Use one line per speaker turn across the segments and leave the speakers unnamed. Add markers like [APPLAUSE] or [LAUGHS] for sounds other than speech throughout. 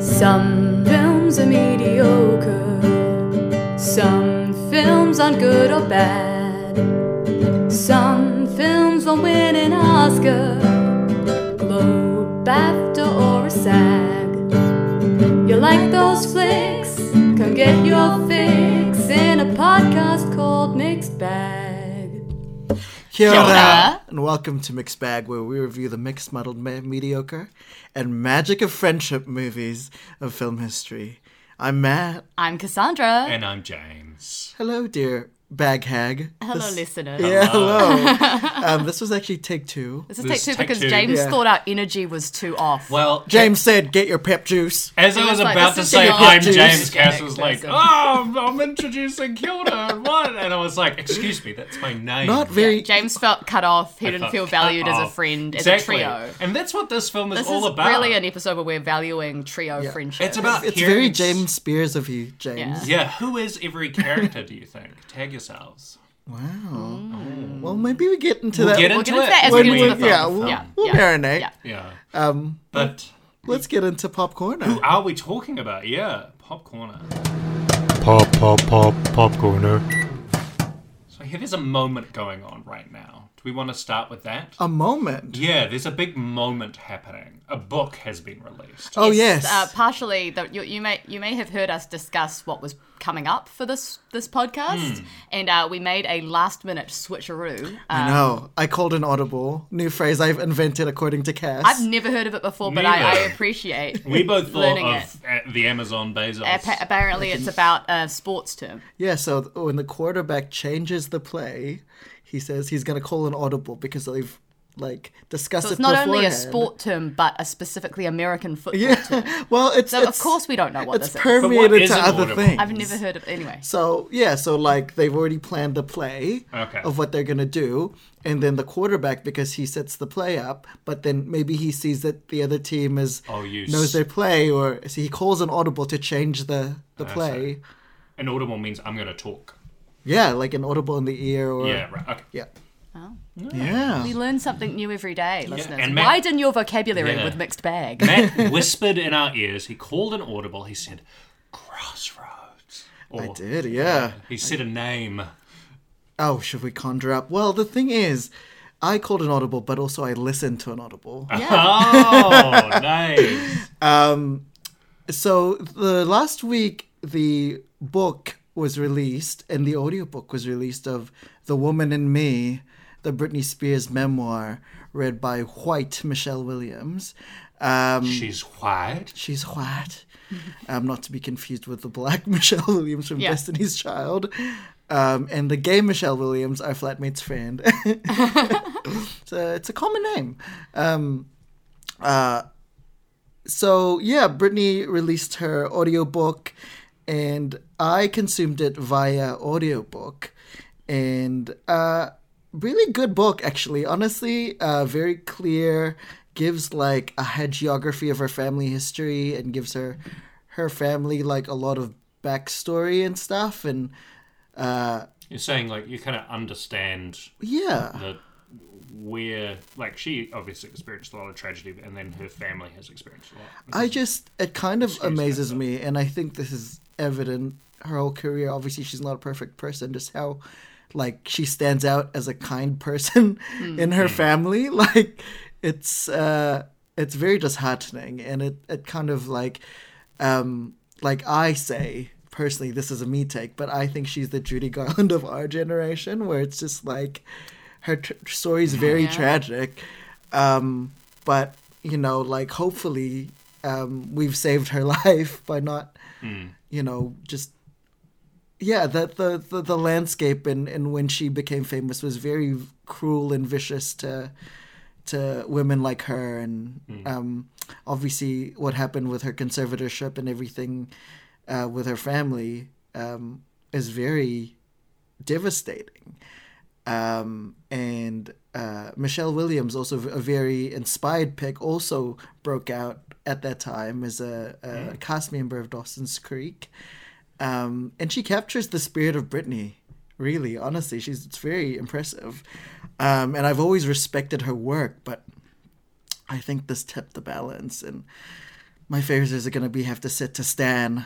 Some films are mediocre, some films aren't good or bad, some films won't win an Oscar, Globe, BAFTA, or a SAG. You like those flicks? Come get your fix in a podcast called Mixed Bag.
Kia
Kia
ora,
ora.
and welcome to Mixed Bag, where we review the mixed, muddled, me- mediocre, and magic of friendship movies of film history. I'm Matt.
I'm Cassandra.
And I'm James.
Hello, dear bag hag.
Hello,
This-
listener.
Yeah,
[LAUGHS]
hello. um, this was actually take two.
This is
This
take
is
two
take
because
two.
James
Yeah.
thought our energy was too off.
Well,
James said, "Get your pep juice."
as I
was
was
like, this
about to
is
say,
not
I'm
James
James. Cass
James
was like,
person.
"Oh, I'm- I'm introducing Kilda and what?" And I was like, "Excuse me, that's my name."
Not very.
James felt cut off. He didn't
Fuck,
feel
cut
valued as a
off. Oh.
friend,
Exactly.
as a trio.
And that's what this film is
This
all
is
about.
really an episode where we're valuing trio friendship.
it's about
it's
hearing
very
s-
James Spears of you, James.
Yeah, who is every character? Do you think? Tag yourselves.
Wow.
Mm.
Well, maybe we get into
We'll
that.
get
We'll
into
get into
it.
that as we
when
get
we-
into the film.
yeah, we'll,
Yeah,
we'll
yeah,
marinate.
yeah.
Yeah.
Um,
But
let's get into pop corner.
who are we talking about? Yeah, Pop Corner.
Pop, pop, pop, pop corner.
So here, there's a moment going on right now. Do we want to start with that?
A moment.
Yeah, there's a big moment happening. A book has been released.
Oh yes.
Uh, partially, the, you, you may you may have heard us discuss what was coming up for this this
Hmm.
podcast, and uh, we made a last minute switcheroo. Uh,
I know. I called an audible. New phrase I've invented according to Cass.
I've never heard of it before, but I, I
Neither.
appreciate.
We both thought
Learning
of uh, the Amazon Bezos.
Appa- apparently, it's about a sports term.
yeah, so th- when the quarterback changes the play, he says he's going to call an audible because they've like discussed
So
it
it's not only a
beforehand. [LAUGHS]
sport term, but a specifically American football term.
Yeah. Well, it's,
So
it's
of course we don't know what
it's
this is.
But what
permeated
is
to
an
other
audible?
things.
I've never heard of anyway.
So yeah, so like they've already planned the play
Okay.
of what they're gonna do, and then the quarterback because he sets the play up, but then maybe he sees that the other team is
Oh, you
knows
s-
their play, or so he calls an audible to change the the
I see.
play.
An audible means I'm going to talk.
Yeah, like an audible in the ear, or
Yeah, right. Okay.
yeah,
Oh.
yeah.
We learn something new every day, listeners.
and Matt-
Widen your vocabulary
Yeah.
with mixed bag.
Matt [LAUGHS] whispered in our ears. He called an audible. He said, "Crossroads." Or,
I did, yeah.
He said a name.
Oh, should we conjure up? Well, the thing is, I called an audible, but also I listened to an audible.
yeah.
Oh, nice.
So the last week the book was released and the audiobook was released of The Woman in Me, the Britney Spears memoir read by white Michelle Williams. Um,
She's white.
she's white. Um, not to be confused with the black [LAUGHS] Michelle Williams from
Yeah.
Destiny's Child. Um, and the gay Michelle Williams, our flatmate's friend. [LAUGHS] it's, a, it's a common name. Um, uh, so, yeah, Brittany released her audiobook, and I consumed it via audiobook. And uh, really good book, actually. Honestly, uh, very clear, gives like a hagiography of her family history and gives her her family like a lot of backstory and stuff. And
You're saying like you kind of understand
yeah,
that where like she obviously experienced a lot of tragedy, and then her family has experienced a lot.
I just it kind of
me,
amazes me, and I think this is evident her whole career. Obviously, she's not a perfect person, just how like she stands out as a kind [LAUGHS] person in her family. [LAUGHS] Like it's uh it's very disheartening, and it it kind of like um like I say personally, this is a me take, but I think she's the Judy Garland [LAUGHS] of our generation, where it's just like her tr story's very tragic. Um, but you know, like hopefully, um, we've saved her [LAUGHS] life by not, you know, just yeah. The the the, the landscape and and when she became famous was very cruel and vicious to to women like her, and um, obviously what happened with her conservatorship and everything uh, with her family um, is very devastating um, and uh, Michelle Williams, also v- a very inspired pick, also broke out at that time as a, a cast member of Dawson's Creek, um, and she captures the spirit of Britney. Really, honestly, she's it's very impressive, um, and I've always respected her work, but I think this tipped the balance and my favorites are gonna be have to sit to Stan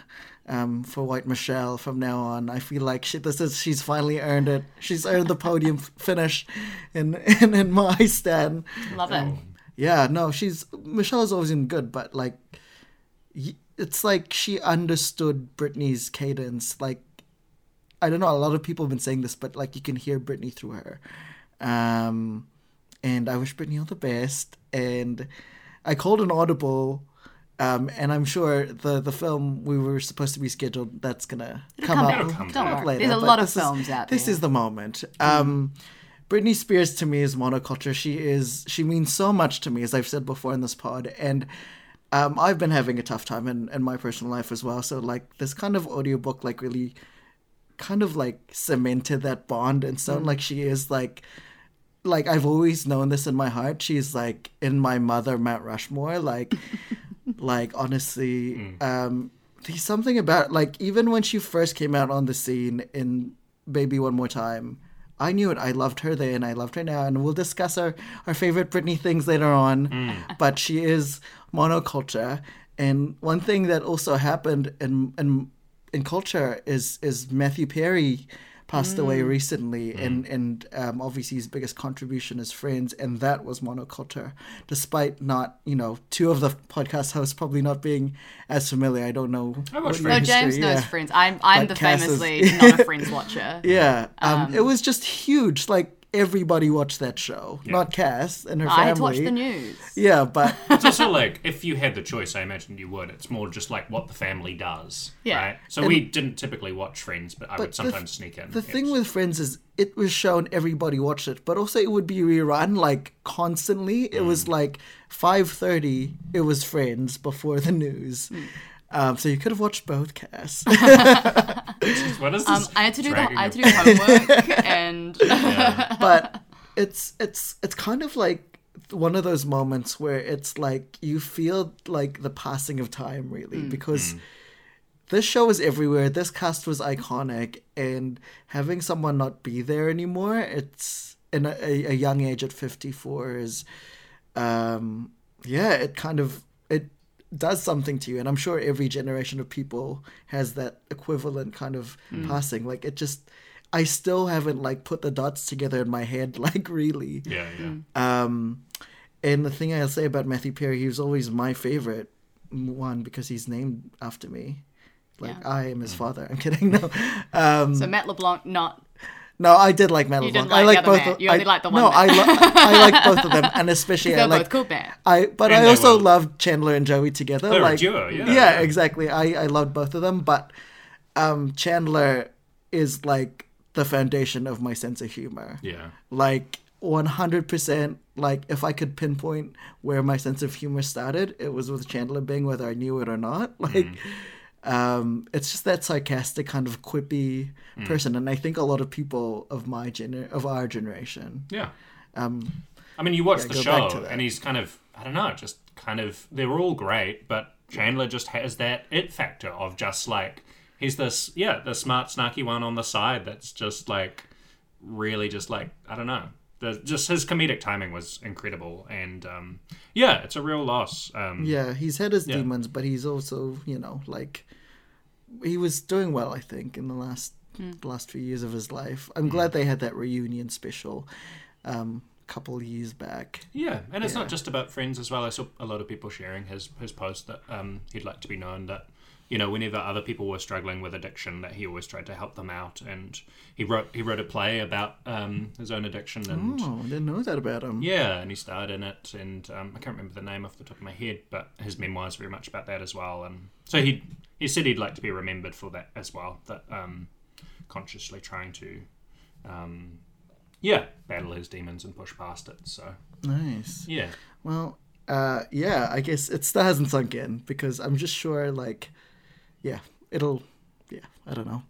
um, for White Michelle from now on. I feel like she, this is she's finally earned it. She's earned the podium f- finish in, in in my Stan.
Love
Oh,
it. Oh,
Yeah, no, she's Michelle's always been good, but like, y- it's like she understood Britney's cadence. Like, I don't know, a lot of people have been saying this, but like, you can hear Britney through her. Um, and I wish Britney all the best. And I called an audible. Um, and I'm sure the the film we were supposed to be scheduled that's gonna come,
come
up.
back. It'll
come
Don't
back.
worry.
later,
There's a
but
lot of
this is-
films out
This
there.
is the moment. Um, Britney Spears to me is monoculture. She is she means so much to me, as I've said before in this pod, and um, I've been having a tough time in, in my personal life as well. So like this kind of audiobook like really kind of like cemented that bond and so like she is like like I've always known this in my heart. She's like in my mother Mount Rushmore. Like like honestly, um there's something about like even when she first came out on the scene in Baby One More Time, I knew it. I loved her then and I loved her now and we'll discuss our, our favorite Britney things later on. But she is monoculture. And one thing that also happened in in in culture is is Matthew Perry passed
Mm.
away recently, and and um, obviously his biggest contribution is Friends, and that was monoculture. Despite not, you know, two of the podcast hosts probably not being as familiar. I don't know.
I
what
watched
your
No,
Friends.
history-
James knows
yeah.
Friends. I'm I'm
But
the
Cass is-
famously
[LAUGHS]
not a Friends watcher.
Yeah, um, it was just huge. Like everybody watched that show, not Cass and her
I
family.
had to watch the news.
Yeah, but
It's also like if you had the choice, I imagine you would. It's more just like what the family does,
Yeah.
right? So we didn't typically watch Friends, but I would
the th-
sometimes sneak in.
The
yes.
thing with Friends is it was shown, everybody watched it, but also it would be rerun like constantly. It was like five thirty. It was Friends before the news, um, so you could have watched both casts.
what is
Um,
this?
I had to do the,
dragging
I had
of-
to do
[LAUGHS]
homework and
[LAUGHS]
[LAUGHS]
but it's it's it's kind of like one of those moments where it's like you feel like the passing of time really because this show was everywhere this cast was iconic and having someone not be there anymore it's in a, a, a young age at 54 is um yeah it kind of it does something to you and i'm sure every generation of people has that equivalent kind of passing like it just i still haven't like put the dots together in my head [LAUGHS] like really
yeah, yeah.
[LAUGHS]
um, and the thing I'll say about Matthew Perry, he was always my favorite one because he's named after me. Like
Yeah.
I am
Mm.
his father. I'm kidding. No, [LAUGHS] um,
so Matt LeBlanc not
no, I did like Matt
You didn't
LeBlanc.
like
I
the
like
other
both.
Matt.
Of,
You only
I,
liked the one
No, I,
Matt. [LAUGHS]
lo- I like both of them, and especially I
they're
like
both called Matt.
I but
And
I
they
also
were-
loved Chandler and Joey together.
They were a
like
duo, yeah.
exactly. I I loved both of them, but um Chandler is like the foundation of my sense of humor.
Yeah.
Like 100% like if I could pinpoint where my sense of humor started, it was with Chandler Bing whether I knew it or not. [LAUGHS] Like
Mm.
um it's just that sarcastic kind of quippy
Mm.
person and I think a lot of people of my gener- of our generation.
Yeah. Um, I mean, you watch the
go back to
show,
that.
and he's kind of, I don't know, just kind of, they're all great, but Chandler just has that it factor of just like, he's this, yeah, the smart, snarky one on the side that's just like, really just like, I don't know. The, just his comedic timing was incredible, and um, yeah, it's a real loss. Um,
Yeah, he's had his
Yeah.
demons, but he's also, you know, like he was doing well, I think, in the last the last few years of his life.
Hmm.
I'm glad they had that reunion special um couple years back.
Yeah, and it's not just about friends as well. I saw a lot of people sharing his his post that um, he'd like to be known that you know whenever other people were struggling with addiction that he always tried to help them out and he wrote he wrote a play about um, his own addiction and
Oh, I didn't know that about him.
yeah and he starred in it and um, I can't remember the name off the top of my head but his memoirs very much about that as well and so he he said he'd like to be remembered for that as well that um, consciously trying to um, yeah battle his demons and push past it so
Nice.
yeah.
Well, uh, yeah, I guess it still hasn't sunk in because I'm just sure, like, yeah, it'll, yeah, I don't know.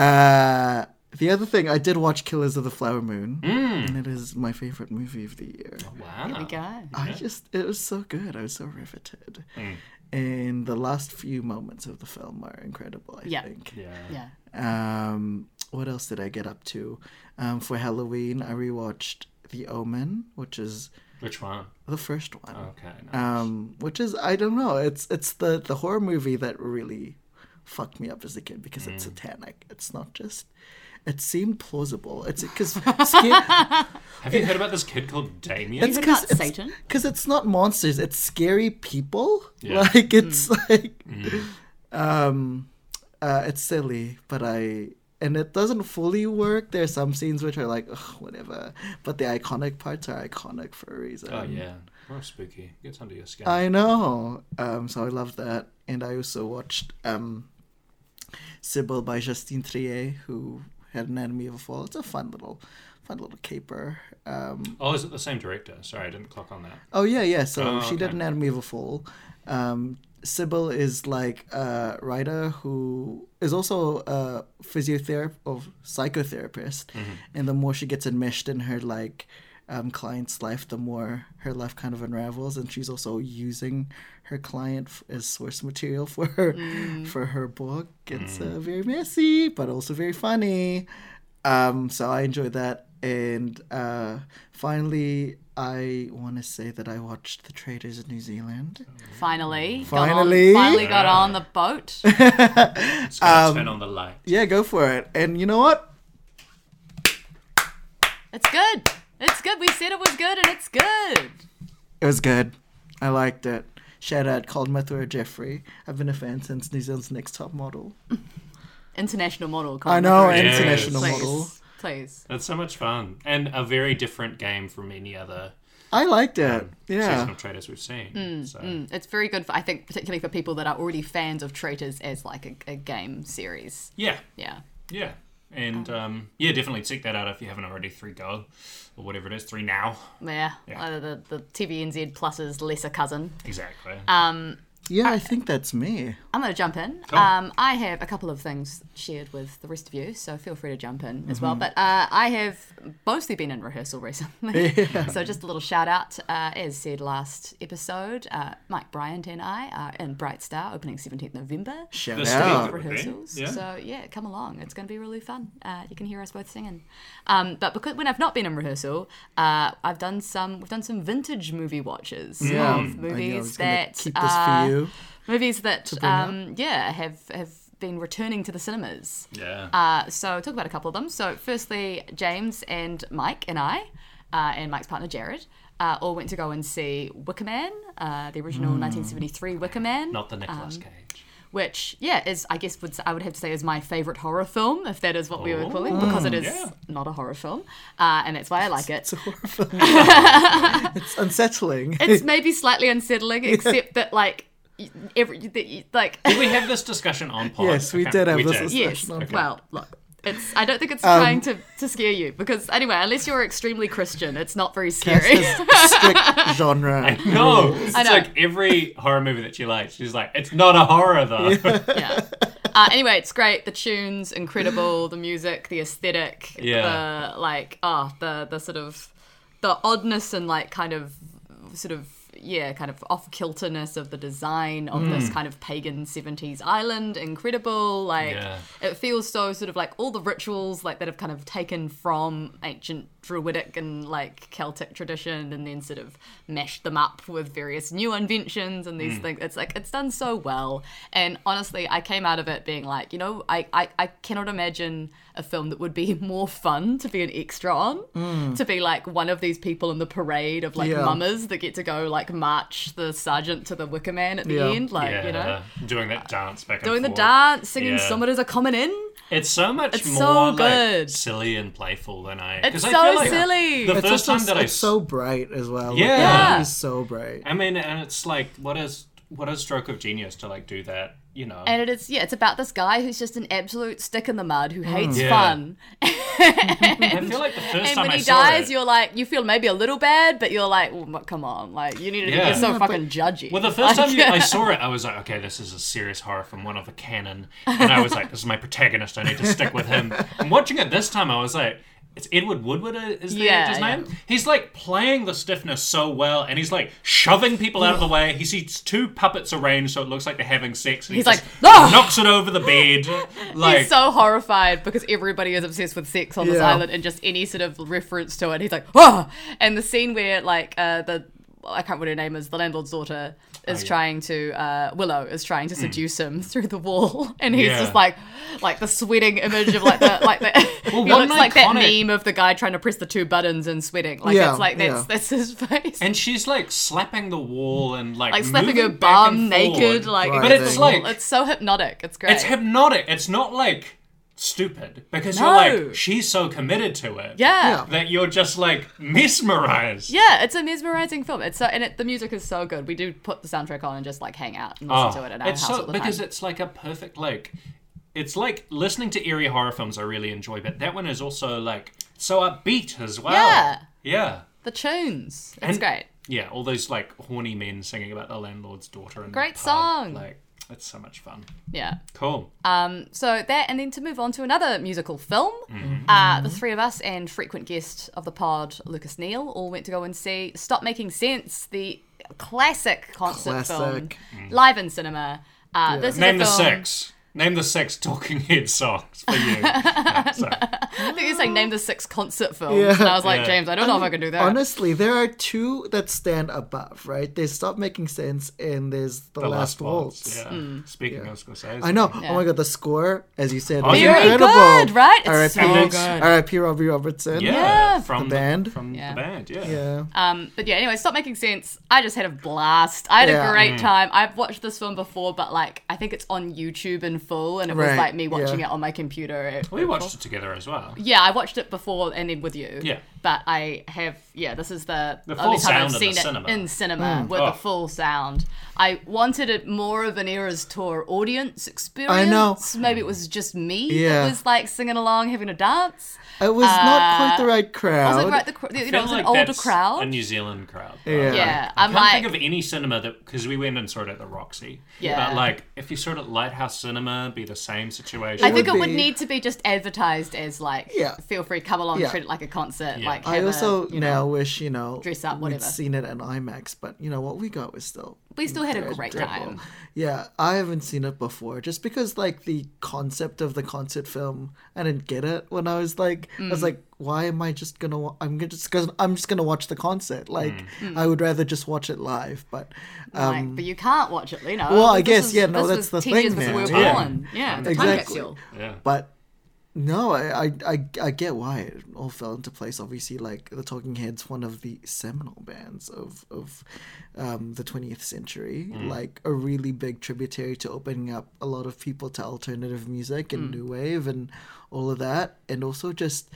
Uh, the other thing, I did watch Killers of the Flower Moon, and it is my favorite movie of the year.
Wow.
There we go.
I just, it was so good. I was so riveted. And the last few moments of the film are incredible, I
Yeah.
think.
Yeah.
Yeah.
Um, what else did I get up to? Um, for Halloween, I rewatched The Omen, which is
Which one?
the first one.
Okay. Nice.
um, which is I don't know. It's it's the the horror movie that really fucked me up as a kid because
Mm.
it's satanic. It's not just. It seemed plausible. It's because
[LAUGHS] Have you heard about this kid called Damien?
It's
Even
because
not
it's,
Satan?
'cause it's not monsters. It's scary people.
Yeah. Mm-hmm.
Like it's like, um, uh, it's silly, but I and it doesn't fully work. There are some scenes which are like Ugh, whatever, but the iconic parts are iconic for a reason.
oh yeah. Oh, spooky. Gets under your skin.
I know. Um, so I love that, and I also watched um, Sybil by Justine Triet, who had an enemy of a fall. It's a fun little, fun little caper. Um,
oh, is it the same director? Sorry, I didn't clock on that.
Oh yeah, yeah. So
Oh,
she did
okay.
an Anatomy of a Fall. Um, Sybil is like a writer who is also a physiotherapist of psychotherapist,
Mm-hmm.
and the more she gets enmeshed in her like um, client's life, the more her life kind of unravels, and she's also using her client f- as source material for her
Mm.
for her book. It's uh, very messy, but also very funny. Um, so I enjoyed that. And uh, finally, I want to say that I watched The Traders in New Zealand.
Finally.
Finally.
Got on, finally got on
[LAUGHS]
the boat.
It's gonna
Um,
turn on the light.
Yeah, go for it. And you know what?
It's good. It's good. We said it was good and it's good.
It was good. I liked it. Shout out called Methura Jeffrey. I've been a fan since New Zealand's Next Top Model.
International model.
I
Colin
know,
McRae.
Yes.
international
Please.
model.
Please.
That's so much fun, and a very different game from any other
I liked it.
season
Yeah.
of traders we've seen. so
It's very good, for, I think, particularly for people that are already fans of Traitors as like a, a game series.
yeah,
Yeah.
yeah, and um, yeah, definitely check that out if you haven't already. Three go, or whatever it is, three now,
Yeah.
Yeah.
Uh, the, the TVNZ Plus's lesser cousin. Um,
exactly.
Uh,
Yeah, I think that's me.
I'm going to jump in.
Cool.
Um, I have a couple of things shared with the rest of you, so feel free to jump in as well. But uh, I have mostly been in rehearsal recently. so just a little shout out. Uh, as said last episode, uh, Mike Bryant and I are in Bright Star opening 17th November.
Shout
The
out.
stage. Okay.
rehearsals.
Yeah.
So yeah, come along. It's going to be really fun. Uh, you can hear us both singing. Um, but because when I've not been in rehearsal, uh, I've done some. We've done some vintage movie watches
Yeah, I
of
know, I was
movies
gonna
that
keep this
uh,
for you.
movies that
bring up.
um, yeah have have been returning to the cinemas.
yeah,
Uh, so talk about a couple of them. So firstly, James and Mike and I, uh, and Mike's partner Jared, uh, all went to go and see Wicker Man, uh, the original
Hmm.
1973 Wicker Man
not the Nicolas Cage.
which yeah is I guess would I would have to say is my favorite horror film if that is what we were calling because it is
yeah.
not a horror film uh, and that's why I like it.
Mm, It's a horror film.
[LAUGHS]
it's unsettling. [LAUGHS]
It's maybe slightly unsettling except that like y- every that y- like
Did we have this discussion on pod?
Yes, we
Okay,
did have this
yes
discussion on pod.
well look it's I don't think
Um,
it's trying to to scare you because anyway unless you're extremely Christian it's not very scary.
strict
[LAUGHS]
genre.
No, it's
know.
like every horror movie that she likes. She's like, it's not a horror
[LAUGHS]
though. [LAUGHS]
yeah. Uh, anyway, it's great. The tunes, incredible. The music, the aesthetic.
Yeah.
The like, oh, the the sort of the oddness and like kind of sort of yeah, kind of off kilterness of the design of this
Hmm.
kind of pagan seventies island. Incredible. Like
Yeah.
it feels so sort of like all the rituals like that have kind of taken from ancient druidic and like Celtic tradition and then sort of mashed them up with various new inventions and
Mm.
these things. It's like it's done so well. And honestly, I came out of it being like, you know, I, I, I cannot imagine a film that would be [LAUGHS] more fun to be an extra on. To be like one of these people in the parade of like
Mm. Yeah.
mummers that get to go like march the sergeant to the wicker man at the
Yeah.
end. Like, you know.
doing that dance back
Doing
and
the
forth.
dance, singing
Yeah.
"Summers Are Coming In,"
It's so much
It's
more
so
like,
good.
silly and playful than I.
It's
'cause I
so
feel like
silly.
The
It's
first
also
time that I
it's so bright as well.
Yeah.
yeah. It's so bright.
I mean, and it's like, what is what a stroke of genius to like do that, you know?
And it is, yeah, it's about this guy who's just an absolute stick in the mud who hates
Yeah.
fun.
I feel like the first
And
time
when
I
he
saw
dies,
it,
you're like, you feel maybe a little bad, but you're like, well, m- come on, like, you need to,
Yeah.
you're so
Yeah,
fucking judgy.
well, the first
[LAUGHS] Like,
time you, I saw it, I was like, okay, this is a serious horror from one of
[LAUGHS]
a canon, and I was like, this is my protagonist, I need to stick with him. And watching it this time, I was like, it's Edward Woodward uh, is the
Yeah,
actor's
yeah.
name. He's like playing the stiffness so well, and he's like shoving people out of the way. He sees two puppets arranged so it looks like they're having sex, and
He's
he just
like, "Ah!"
knocks it over the bed. Like
[LAUGHS] he's so horrified because everybody is obsessed with sex on this
Yeah.
island and just any sort of reference to it he's like oh and the scene where like uh the I can't remember what her name is. The landlord's daughter is
Oh,
trying to uh, Willow is trying to seduce him [LAUGHS] through the wall, and he's
Hmm. Yeah.
just like, like the sweating image of like the like the.
[LAUGHS] Well,
[LAUGHS] he
one
looks like that
iconic-
meme of the guy trying to press the two buttons and sweating. Like
Yeah,
that's like that's
yeah.
that's his [LAUGHS] face.
And she's like slapping the wall and like
like slapping
moving
her
back and
bum
forward.
naked. Like
Right,
but it's
then.
like
it's so hypnotic. It's great.
it's hypnotic. It's not like stupid because
No.
you're like she's so committed to it
Yeah.
that you're just like mesmerized.
Yeah, it's a mesmerizing film. It's so and it, the music is so good. We do put the soundtrack on and just like hang out and listen to it at our
Ah, it's
house
so
all the
because
time.
it's like a perfect like it's like listening to eerie horror films I really enjoy, but that one is also like so upbeat as well.
Yeah.
Yeah.
the tunes. It's
oh. And-
great.
Yeah, all those like horny men singing about the landlord's daughter and
Great song.
Like it's so much fun.
Yeah.
Cool.
Um. So that and then to move on to another musical film.
Mm-hmm.
Uh, the three of us and frequent guest of the pod, Lucas Neal, all went to go and see Stop Making Sense, the classic concert film,
Classic.
live in cinema. Uh, This
Mm.
is
Name
a
the
film,
six. Name the six talking head songs for
[LAUGHS]
you. No, sorry.
I think you're saying name the six concert films,
Yeah.
and I was like,
Yeah.
James, I don't know if I can do that.
Honestly, there are two that stand above, right? They stop making sense, and there's the,
The
last, waltz.
Yeah. Mm. Speaking of Scorsese.
I know. Oh my god, the score, as you said, was
yeah. Very
incredible.
good, right? It's
R.I.P.
so
And it's-
good.
R.I.P. Robbie Robertson.
Yeah,
Yeah.
from
The band.
From
Yeah.
the band, yeah.
Yeah.
Um, but yeah, anyway, stop making sense. I just had a blast. I had
Yeah.
a
Mm.
great time. I've watched this film before, but like I think it's on YouTube in full, and it was
Right,
like me watching
yeah.
it on my computer. It-
We watched it together as well.
yeah, I watched it before and then with you.
Yeah.
But I have, yeah, this is the,
The
only
full
time
sound
I've
in
seen
the
it
cinema.
in cinema
Mm.
with
Oh.
the full sound. I wanted it more of an Eras Tour audience experience.
know.
Maybe it was just me
Yeah.
that was like singing along, having a dance.
It was
Uh,
not quite the right
I
crowd.
was like, right, the, cr- you know, it was
Feel
an
like
older
that's
crowd.
A New Zealand crowd.
Yeah.
yeah,
I
I'm
can't
like,
think of any cinema that because we went and saw it at the Roxy.
Yeah.
But like, if you saw it at Lighthouse Cinema, it'd be the same situation.
I think
would
it would
be-
need to be just advertised as like,
Yeah.
feel free, come along,
Yeah.
treat it like a concert.
Yeah.
Like,
I
have a-
also now wish, you know,
dress up,
we'd
whatever.
seen it in IMAX, but you know what we got was still.
we still had a
incredible.
great time.
Yeah, I haven't seen it before, just because like the concept of the concert film, I didn't get it when I was like, I was like, why am I just gonna? Wa- I'm gonna just because I'm just gonna watch the concert. Like, I would rather just watch it live. But um,
like, but you can't watch it, you know.
well, I
This
guess,
was-
yeah, no,
this
that's
was
the
10
thing
years before we
now.
were
Yeah.
born. Yeah, it's a time
Exactly.
capsule.
yeah.
but no, I, I I I get why it all fell into place. Obviously, like the Talking Heads, one of the seminal bands of of um, the twentieth century, like a really big tributary to opening up a lot of people to alternative music and new wave and all of that, and also just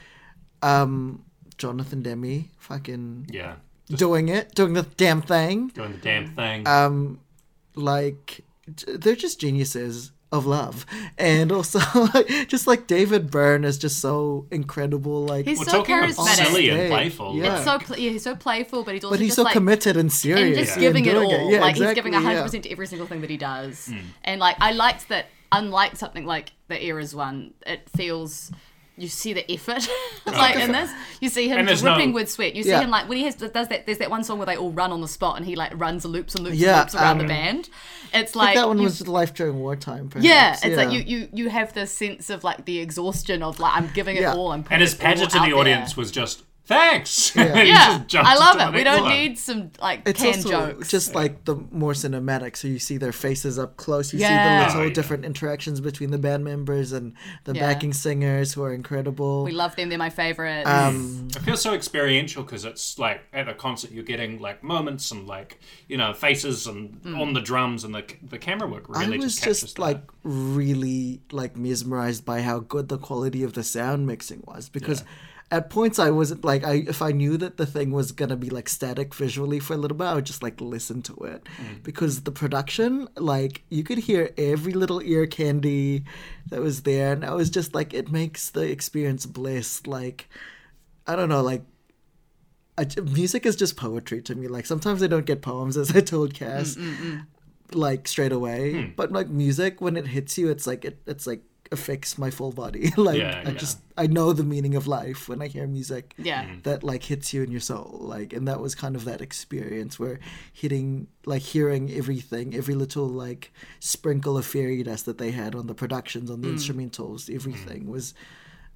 um, Jonathan Demi fucking
yeah.
doing it, doing the damn thing
Doing the damn thing.
Um, like j- they're just geniuses of love and also [LAUGHS] like just like david byrne is just so incredible like
He's
We're
so
talking of
charismatic.
silly and
Hey,
playful.
yeah.
like,
It's so pl- yeah, he's so playful, but he's also
but he's
just
so
like,
committed and serious
and just
in
giving it all.
doing Yeah,
like he's
exactly,
giving
yeah.
hundred percent to every single thing that he does.
Hmm.
And like I liked that, unlike something like the Eras one, it feels. You see the effort, [LAUGHS] like in this. You see him
And there's
dripping
no-
with sweat. You see
Yeah.
him like when he has does that. There's that one song where they all run on the spot, and he like runs and loops and loops
Yeah,
and loops around
um,
the band. It's
I
like
think that one
you-
was life during wartime perhaps.
yeah. It's like you, you you have this sense of like the exhaustion of like I'm giving it
Yeah.
all. I'm putting
and his
it all
pageant to
out
the
there.
audience [LAUGHS] was just thanks. [LAUGHS]
Yeah, I love it. We don't need some like
it's
canned
also
jokes.
just like the more cinematic so you see their faces up close you
Yeah.
see the
Oh,
little
yeah.
different interactions between the band members and the
Yeah.
backing singers who are incredible Um,
We love them. They're my favorite.
It feels so experiential because it's like at a concert you're getting like moments and like you know faces and
Hmm.
on the drums and the the camera work really
I was
just captures
just,
that.
like really like mesmerized by how good the quality of the sound mixing was because at points I wasn't like I if I knew that the thing was gonna be like static visually for a little bit I would just like listen to it
Mm.
because the production like you could hear every little ear candy that was there and I was just like it makes the experience bliss like I don't know like I, music is just poetry to me like sometimes I don't get poems [LAUGHS] as I told
Hmm.
Cass like straight away. But like music, when it hits you, it's like it, it's like affects my full body. [LAUGHS] like
Yeah,
I
yeah. Hmm.
just I know the meaning of life when I hear music
Yeah.
Mm.
that like hits you in your soul. Like and that was kind of that experience where hitting like hearing everything, every little like sprinkle of fairy dust that they had on the productions, on the
Hmm.
instrumentals, everything was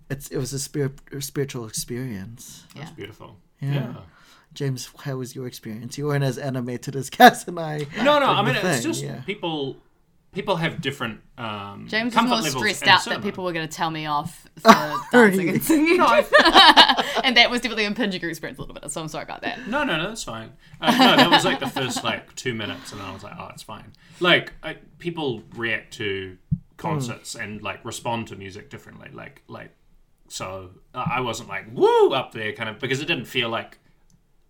it's it was a spirit spiritual experience.
That's beautiful.
Yeah.
yeah.
James, how was your experience? You weren't as animated as Cass and I.
No,
Like
no. I
the
mean, it's
thing,
just
yeah.
people. People have different um,
James was
comfort
more
levels
stressed
in
out
cinema.
that people were going to tell me off for dancing and singing. [LAUGHS] and that was definitely impinging your experience a little bit, so I'm sorry about that.
No, no, no, that's fine. Uh, no, that was like the first like two minutes, and then I was like, oh, it's fine. Like I, people react to concerts and like respond to music differently. Like, like so uh, I wasn't like woo up there kind of because it didn't feel like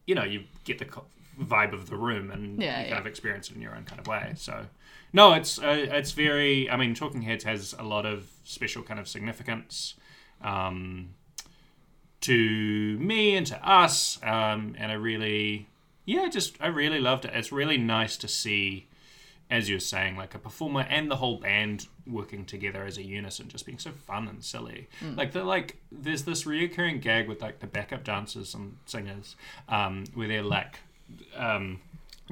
you know you get the co- vibe of the room and
Yeah,
you
yeah.
kind of experience it in your own kind of way. So no, it's uh, it's very. I mean, Talking Heads has a lot of special kind of significance. Um, to me and to us. Um, and I really, yeah, just I really loved it. It's really nice to see, as you're saying, like a performer and the whole band working together as a unison, just being so fun and silly. Like they're like there's this reoccurring gag with like the backup dancers and singers, um, where they're like. Um,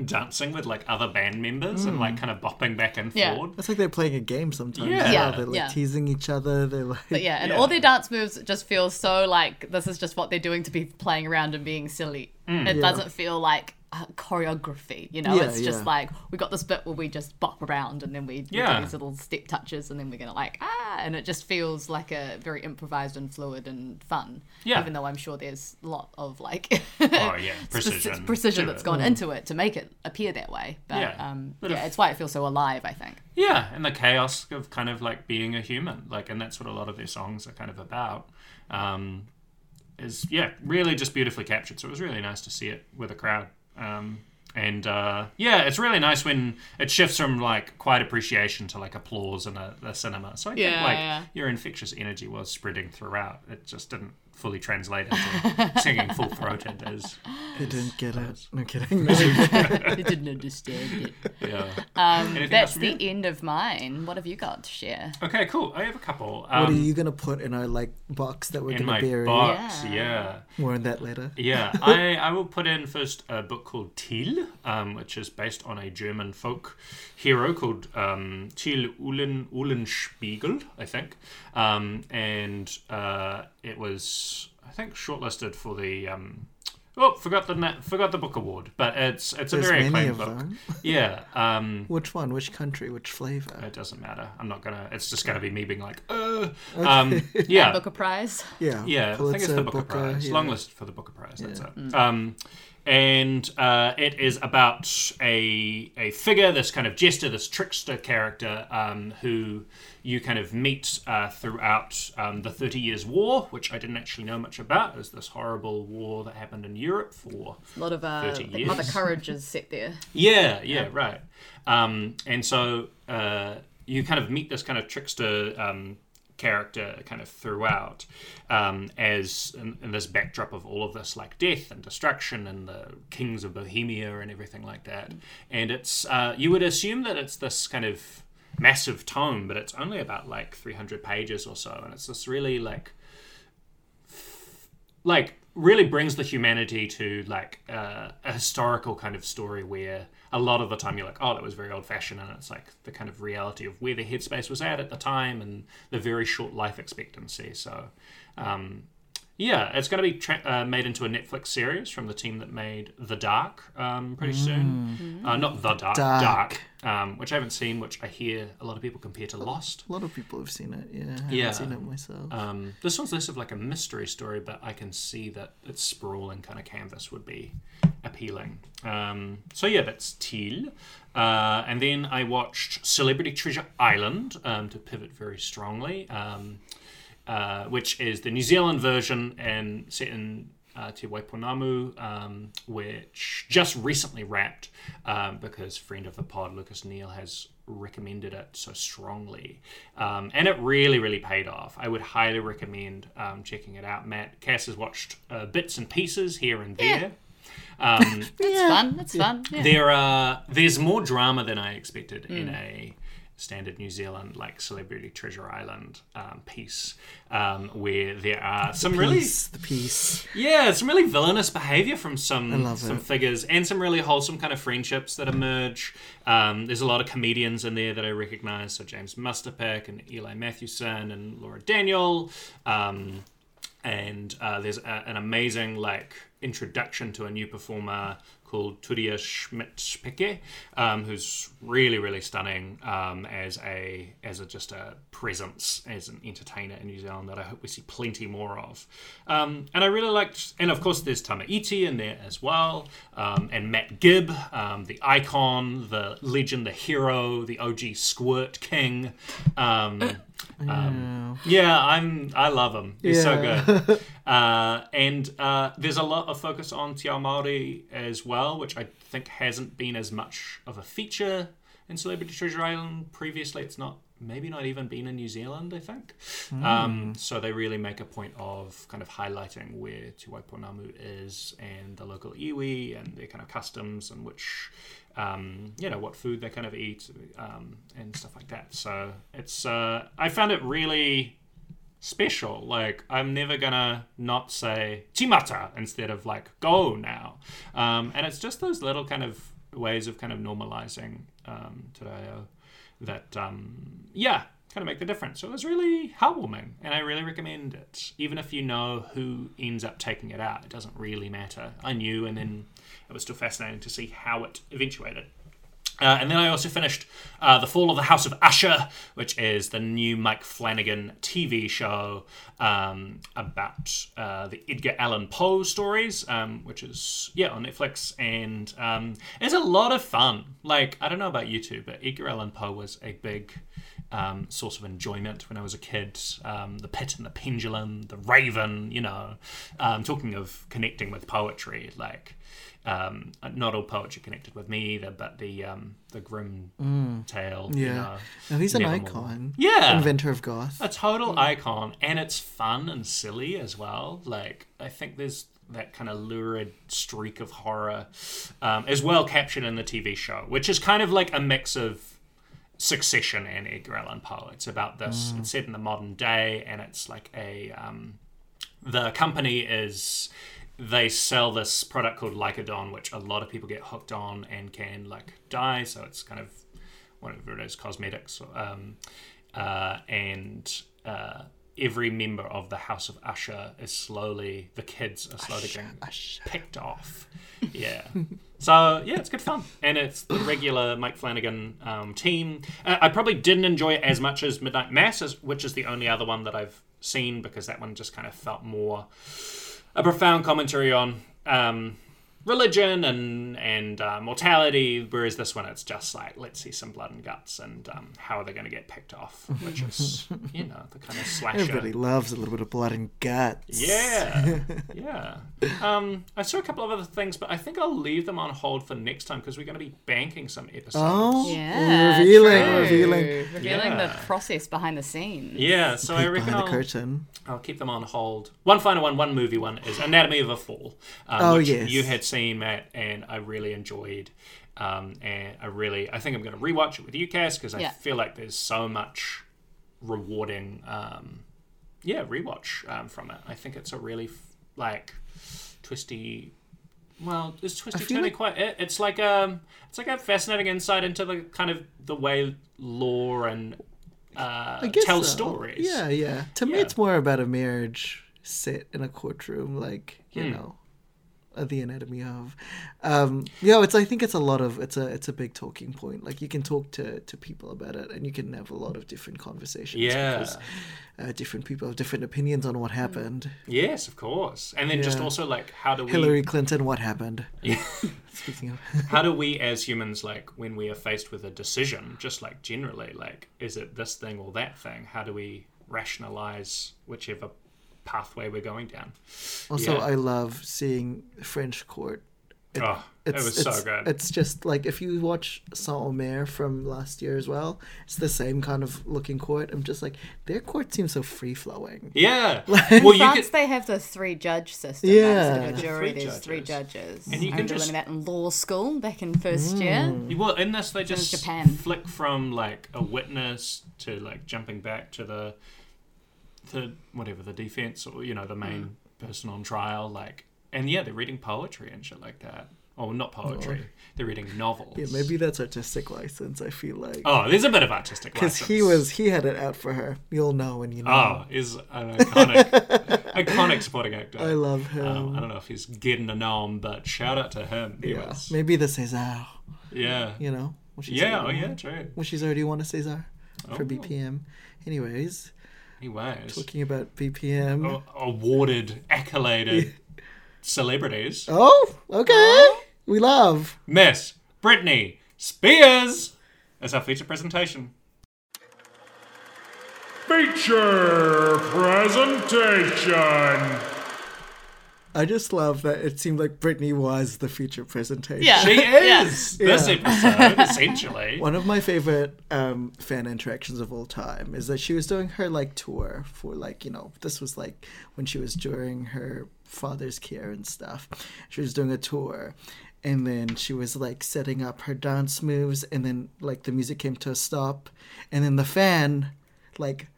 dancing with like other band members and like kind of bopping back and
Yeah.
forward
It's like they're playing a game sometimes.
Yeah.
Yeah,
Yeah,
they're like
yeah.
teasing each other. They're like, [LAUGHS]
But yeah, and
Yeah.
all their dance moves just feel so like this is just what they're doing to be playing around and being silly.
Mm.
it doesn't feel like uh, choreography, you know?
Yeah,
it's just
yeah.
like we got this bit where we just bop around and then we, we
Yeah.
do these little step touches and then we're going to like, ah, and it just feels like a very improvised and fluid and fun.
Yeah.
Even though I'm sure there's a lot of like [LAUGHS]
oh yeah precision
precision, precision
to
that's
it. Mm.
gone into it to make it appear that way. But
Yeah.
um,
But
yeah,
if-
it's why it feels so alive. I
[LAUGHS]
think.
Yeah, and the chaos of kind of like being a human, like, and that's what a lot of their songs are kind of about. Um, is yeah, really just beautifully captured. So it was really nice to see it with a crowd. Um, and uh, yeah, it's really nice when it shifts from like quiet appreciation to like applause in a, a cinema. So I
Yeah,
think like
yeah.
your infectious energy was spreading throughout. It just didn't fully translate
[LAUGHS]
into singing full throated as
they didn't get it. No kidding. No.
they didn't understand it.
yeah. Anything else
Um, That's
from
the
you?
end of mine. What have you got to share?
Okay, cool. I have a couple.
what are
Um,
you gonna put in our like box that we're
in
gonna
my
bury?
box,
Yeah.
yeah.
More on that later. [LAUGHS]
Yeah, I, I will put in first a book called Thiel, um, which is based on a German folk hero called um, Thiel Uhlen, Uhlenspiegel, I think. Um, and uh, it was, I think, shortlisted for the. Um, oh, forgot the na- forgot the book award, but it's it's a
There's
very
many
acclaimed
of
book.
them.
[LAUGHS]
[LAUGHS]
Yeah. Um,
Which one? Which country? Which flavor?
it doesn't matter. I'm not gonna. It's just gonna be me being like, uh, um,
[LAUGHS]
yeah.
Booker Prize.
Yeah.
Yeah, I think it's uh, the Booker, Prize.
yeah.
Long list for the Booker Prize. That's it. Um, and uh, it is about a a figure, this kind of jester, this trickster character, um, who you kind of meet uh, throughout um, the Thirty Years' War, which I didn't actually know much about. It was this horrible war that happened in Europe for
A lot of uh,
30
the Mother
years.
Courage is set [LAUGHS] there.
yeah, yeah, right. Um, and so uh, you kind of meet this kind of trickster um, character kind of throughout, um, as in, in this backdrop of all of this like death and destruction and the kings of Bohemia and everything like that. And it's uh, you would assume that it's this kind of massive tome, but it's only about like 300 pages or so, and it's this really like like really brings the humanity to like uh, a historical kind of story where a lot of the time you're like oh that was very old fashioned and it's like the kind of reality of where the headspace was at at the time and the very short life expectancy so um, yeah it's going to be tra- uh, made into a netflix series from the team that made the dark um, pretty soon uh, not the dark dark,
Dark.
um, which i haven't seen which i hear a lot of people compare to lost
A lot of people have seen it. Yeah. I haven't
Yeah.
seen it myself.
um, this one's less of like a mystery story, but I can see that its sprawling kind of canvas would be appealing. Um, so yeah, that's Teal. Uh, and then I watched Celebrity Treasure Island um, to pivot very strongly, um, uh, which is the New Zealand version and set in uh, Te Waiponamu, um, which just recently wrapped um, because friend of the pod, Lucas Neal, has recommended it so strongly. Um, and it really, really paid off. I would highly recommend um, checking it out. Matt Cass has watched uh, bits and pieces here and there. Um,
It's fun. It's fun. Yeah.
Mm.
there are there's more drama than I expected in a standard New Zealand like Celebrity Treasure Island um, piece, um, where there are some really
Peace, the peace.
yeah, some really villainous behavior from some
love
some
it.
figures, and some really wholesome kind of friendships that emerge. Um, there's a lot of comedians in there that I recognise, so James Musterpick and Eli Mathewson and Laura Daniel. Um, and uh, there's a, an amazing like introduction to a new performer called Turia Schmidt-Picke, um, who's really really stunning um, as a as a just a presence as an entertainer in New Zealand that I hope we see plenty more of. Um, and I really liked, and of course there's Tamaiti in there as well, um, and Matt Gibb, um, the icon, the legend, the hero, the OG Squirt King. Um, um, yeah, I'm. I love him. He's
Yeah.
so good. Uh, and uh, there's a lot of focus on Te Ao Māori as well, which I think hasn't been as much of a feature in Celebrity Treasure Island previously. It's not maybe not even been in New Zealand. I think. Um, so they really make a point of kind of highlighting where Te Waiponamu is and the local iwi and their kind of customs and which. Um, you know what food they kind of eat um, and stuff like that. So it's uh, I found it really special. Like I'm never gonna not say chimata instead of like go now. Um, and it's just those little kind of ways of kind of normalizing um, Tadayo that um, yeah kind of make the difference. So it was really heartwarming, and I really recommend it. Even if you know who ends up taking it out, it doesn't really matter. I knew, and then it was still fascinating to see how it eventuated. Uh, and then I also finished uh, The Fall of the House of Usher, which is the new Mike Flanagan TV show um, about uh, the Edgar Allan Poe stories, um, which is, yeah, on Netflix. And um, it's a lot of fun. Like, I don't know about you two, but Edgar Allan Poe was a big um, source of enjoyment when I was a kid. Um, the Pit and the Pendulum, The Raven, you know. Um, talking of connecting with poetry, like um, not all poetry connected with me either, but the um, the grim tale. you
Yeah.
know,
Now he's an
Nevermore.
icon.
Yeah,
Inventor of goth.
a total icon, and it's fun and silly as well. Like I think there's that kind of lurid streak of horror, um, as well captured in the TV show, which is kind of like a mix of Succession and Edgar Allan Poe. It's about this. It's set in the modern day, and it's like a um, the company is they sell this product called Lycodon, which a lot of people get hooked on and can like die. So it's kind of whatever it is, cosmetics. Um, uh, and uh, every member of the House of Usher is slowly the kids are slowly getting picked off. Yeah. so yeah, it's good fun, and it's the regular Mike Flanagan um, team. Uh, I probably didn't enjoy it as much as Midnight Mass, as- which is the only other one that I've seen because that one just kind of felt more a profound commentary on um, religion and and uh, mortality, whereas this one it's just like let's see some blood and guts and um, how are they going to get picked off, which is you know the kind of slasher.
Everybody loves a little bit of blood and guts. [LAUGHS]
Yeah, yeah. Um, I saw a couple of other things, but I think I'll leave them on hold for next time because we're going to be banking some episodes.
Oh,
Yeah,
revealing,
true.
revealing.
Revealing
Yeah.
the process behind the scenes.
Yeah, so I reckon
behind the
I'll,
curtain.
I'll keep them on hold. One final one, one movie one is Anatomy of a Fall, um,
Oh,
which
yes.
you had seen, Matt, and I really enjoyed. Um, and I really, I think I'm going to rewatch it with you, Cass, because I
Yeah.
feel like there's so much rewarding, um, yeah, rewatch um, from it. I think it's a really f- like twisty. Well, is twisty
feel
turny
like-
quite it? It's like um, it's like a fascinating insight into the kind of the way lore and uh,
I guess
tell
so.
stories.
Yeah, yeah. To me,
Yeah.
it's more about a marriage set in a courtroom, like you know, uh, the anatomy of. Um, you know, it's. I think it's a lot of. It's a. It's a big talking point. Like you can talk to to people about it, and you can have a lot of different conversations.
Yeah.
because, uh, different people have different opinions on what happened.
Yes, of course. And then just
Yeah.
also like how do we
Hillary Clinton, what happened?
Yeah.
[LAUGHS] Speaking of.
how do we as humans like when we are faced with a decision, just like generally, like is it this thing or that thing? How do we rationalize whichever pathway we're going down?
Also,
Yeah.
I love seeing French court
Oh, it was so
it's-
good.
It's just like if you watch Saint Omer from last year as well, it's the same kind of looking court. I'm just like their court seems so free flowing. [LAUGHS]
Yeah. well, you
France,
could.
they have the three judge system.
Yeah.
Like, instead of a jury,
Three
there's three
judges.
judges.
And you
I
can
remember
just-
learning that in law school back in first
Mm.
year.
Well, in this, they just
Japan.
flick from like a witness to like jumping back to the, the whatever the defense or you know the main person on trial. Like, and yeah, they're reading poetry and shit like that. Oh, not poetry. They're reading novels.
Yeah, maybe that's artistic license. I feel like
Oh, there's a bit of artistic.
because he
license.
was he had it out for her. You'll know when you know.
Oh, is an iconic,
[LAUGHS]
iconic supporting actor.
I love him.
Um, I don't know if he's getting a nom, but shout out to him. He
yeah,
was-
maybe the Cesar.
yeah,
You know, what she's
yeah, oh
already
yeah,
won.
true.
What she's already won a Cesar for
Oh.
BPM. Anyways,
Anyways,
talking about BPM.
a- awarded,
[LAUGHS]
accoladed celebrities.
Oh, okay. We love.
Miss Britney Spears as our feature presentation.
Feature presentation.
I just love that it seemed like Britney was the feature presentation.
Yeah.
[LAUGHS]
She
Yeah.
is this episode essentially.
One of my favorite um, fan interactions of all time is that she was doing her like tour for like you know this was like when she was during her father's care and stuff. She was doing a tour, and then she was like setting up her dance moves, and then like the music came to a stop, and then the fan like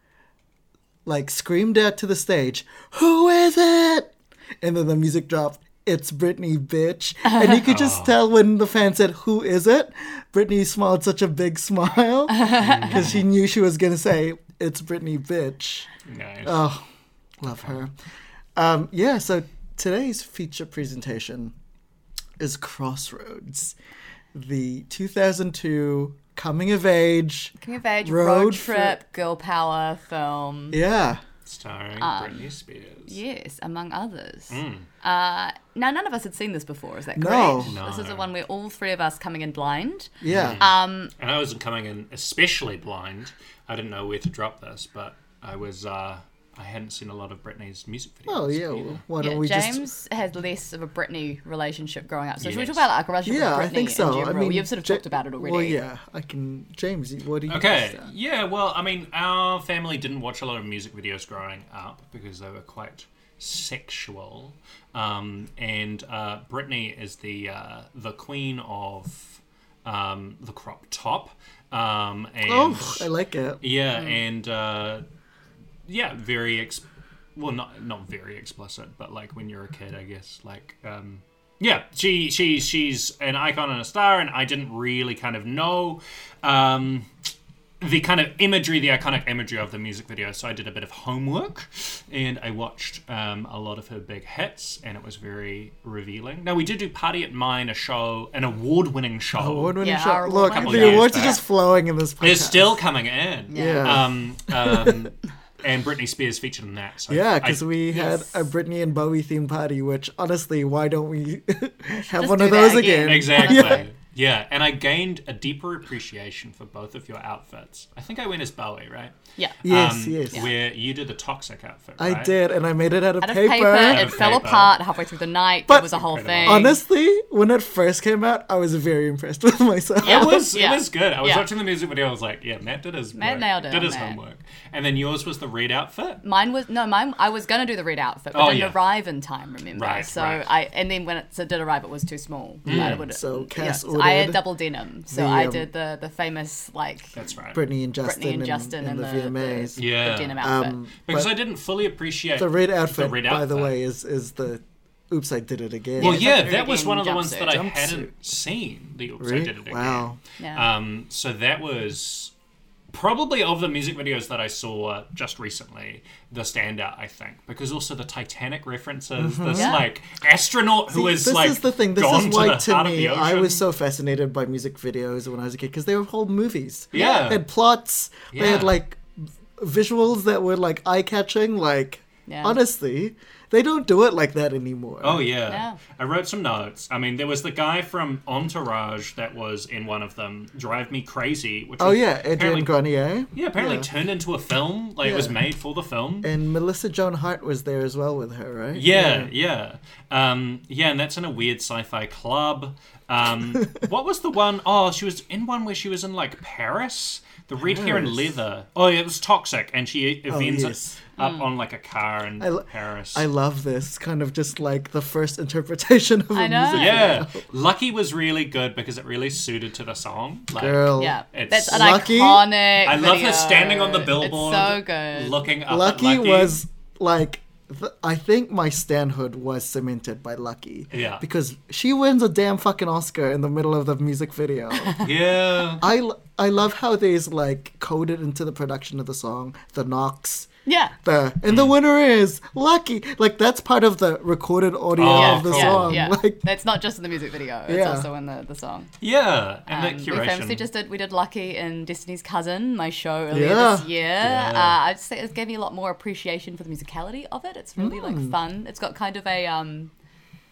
like screamed out to the stage, "Who is it?" And then the music dropped. It's Britney, bitch. And you could
[LAUGHS] Oh.
just tell when the fan said, "Who is it?" Britney smiled such a big
[LAUGHS]
smile
Mm.
because she knew she was gonna say, "It's Britney, bitch."
Nice.
Oh. Love her. Um, yeah. So today's feature presentation is Crossroads, the 2002 coming of age.
Coming of age,
Road
road, trip, girl power film.
Yeah.
Starring Britney Spears.
Yes, among others.
Mm.
Uh, now, none of us had seen this before, is that correct?
No.
No.
This is the one where all three of us coming in blind.
Yeah.
And I wasn't coming in especially blind. I didn't know where to drop this, but I was. Uh, I hadn't seen a lot of Britney's music videos.
oh yeah.
either.
Well, why don't
Yeah,
we
James
just
has less of a Britney relationship growing up. So should we
Yes.
talk about like, our relationship
Yeah,
with Britney
I think
in
so. I
general?
mean,
You've sort of
Ja-
talked about it already.
Well, yeah, I can. James, what do you?
Okay.
think?
Yeah. Well, I mean, our family didn't watch a lot of music videos growing up because they were quite sexual. Um, and uh, Britney is the uh, the queen of um, the crop top. Um, and
Oh, I like it.
Yeah, and uh, yeah, very ex- well, not not very explicit, but like when you're a kid, I guess. Like, um, yeah, she she she's an icon and a star, and I didn't really kind of know um, the kind of imagery, the iconic imagery of the music video. So I did a bit of homework, and I watched um, a lot of her big hits, and it was very revealing. Now we did do "Party at Mine," a show, an award-winning show.
Award-winning
Yeah,
show.
our
Look,
award-winning
the
show.
awards are
Yeah.
just flowing in this podcast.
It's still coming in.
Yeah.
Um,
[LAUGHS]
um, and Britney Spears featured in that. So
Yeah,
I-
because we had a Britney and Bowie themed party, which honestly, why don't we [LAUGHS] have one
do
of
that
those again?
again.
exactly.
Yeah.
Yeah. and I gained a deeper appreciation for both of your outfits. I think I went as Bowie, right?
Yeah.
Yes, yes.
Where you did the toxic outfit.
I
Um, right?
did, and I made it out of,
Out of
paper.
paper,
Out
it
of
fell
paper.
apart halfway through the night.
But-
it was a whole
Incredible.
thing.
Honestly, when it first came out, I was very impressed [LAUGHS] with myself.
It was
Yeah.
it was good. I was
Yeah.
watching the music video. I was like, yeah, Matt did his
Matt
work,
nailed it
Did
on
his
that.
homework. And then yours was the red outfit.
Mine was no, mine. I was gonna do the red outfit, but
Oh,
didn't
yeah.
arrive in time. Remember,
Right,
so
right. Mm.
I and then when it so it did arrive, it was too small. But it would-
So Cass
so I had
ordered
double denim, so
the,
I
um,
did the the famous like
That's right.
Britney and Justin,
Britney and Justin
in,
and,
the,
the,
VMAs.
the-
Yeah.
the denim outfit.
Um,
because
but
I didn't fully appreciate
the red outfit,
red
by the
outfit.
way, is is the. Oops, I did it again.
Well,
it's
yeah,
like
that was
Rugen
one of the ones that I
jumpsuit.
hadn't seen. The oops, I
Really?
did it again.
Wow.
yeah.
Um, so that was probably of the music videos that I saw just recently, the standout, I think, because also the Titanic references, this
Yeah.
like astronaut who is
Mm-hmm. this
like
is the thing. This
gone
is why,
to, the
to
heart of
me,
the
I was
ocean.
so fascinated by music videos when I was a kid because they were whole movies.
Yeah.
they had plots. They had
Yeah.
like v- visuals that were like eye catching. Like
Yeah.
Honestly, they don't do it like that anymore.
Oh yeah.
Yeah.
I wrote some notes. I mean, there was the guy from Entourage that was in one of them, Drive Me Crazy, which
Oh
was
yeah, Adrian
apparently,
Grenier
Yeah, apparently
Yeah.
turned into a film. Like it was
Yeah.
made for the film.
and Melissa Joan Hart was there as well with her, right?
Yeah, yeah. Um, yeah, and that's in a weird sci fi club.
[LAUGHS]
Um, what was the one oh she was in one where she was in like Paris? The red hair and
Paris. Oh,
leather. Oh, yeah, it was toxic, and she
yes.
evens it
Hmm.
up on like a car in
I lo-
Paris.
I love this kind of just like the first interpretation of a
I know.
music.
yeah, Lucky was really good because it really suited to the song. Like,
Girl,
Yeah.
It's
That's an
Lucky.
iconic.
I love her
video.
standing on the billboard,
It's so good.
looking up. at
Lucky,
Lucky
was like, th- I think my standhood was cemented by Lucky.
Yeah.
Because she wins a damn fucking Oscar in the middle of the music
[LAUGHS]
video.
[LAUGHS] yeah.
I, l- I love how they's like coded into the production of the song, the knocks.
yeah.
The, and
Mm.
the winner is lucky. Like that's part of the recorded audio
Oh,
of the
cool.
song.
Yeah.
[LAUGHS] Like
it's not just in the music video. It's
Yeah.
also in the, the song.
Yeah, and that
Um,
curation.
We famously just did we did Lucky in Destiny's Cousin, my show earlier
Yeah.
this year. Uh, I just think it gave me a lot more appreciation for the musicality of it. It's really
Mm.
like fun. It's got kind of a um,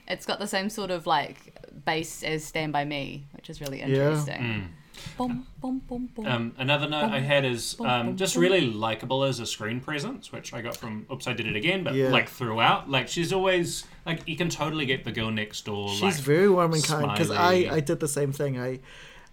it's got the same sort of like bass as Stand by Me, which is really interesting. Boom, boom, boom, boom.
Um, another note I had is um, just really likable as a screen presence, which I got from Oops, I Did It Again, but
Yeah.
like throughout, like she's always like you can totally get the girl next door. like,
She's very warm and kind because I,
smiley.
I did the same thing. I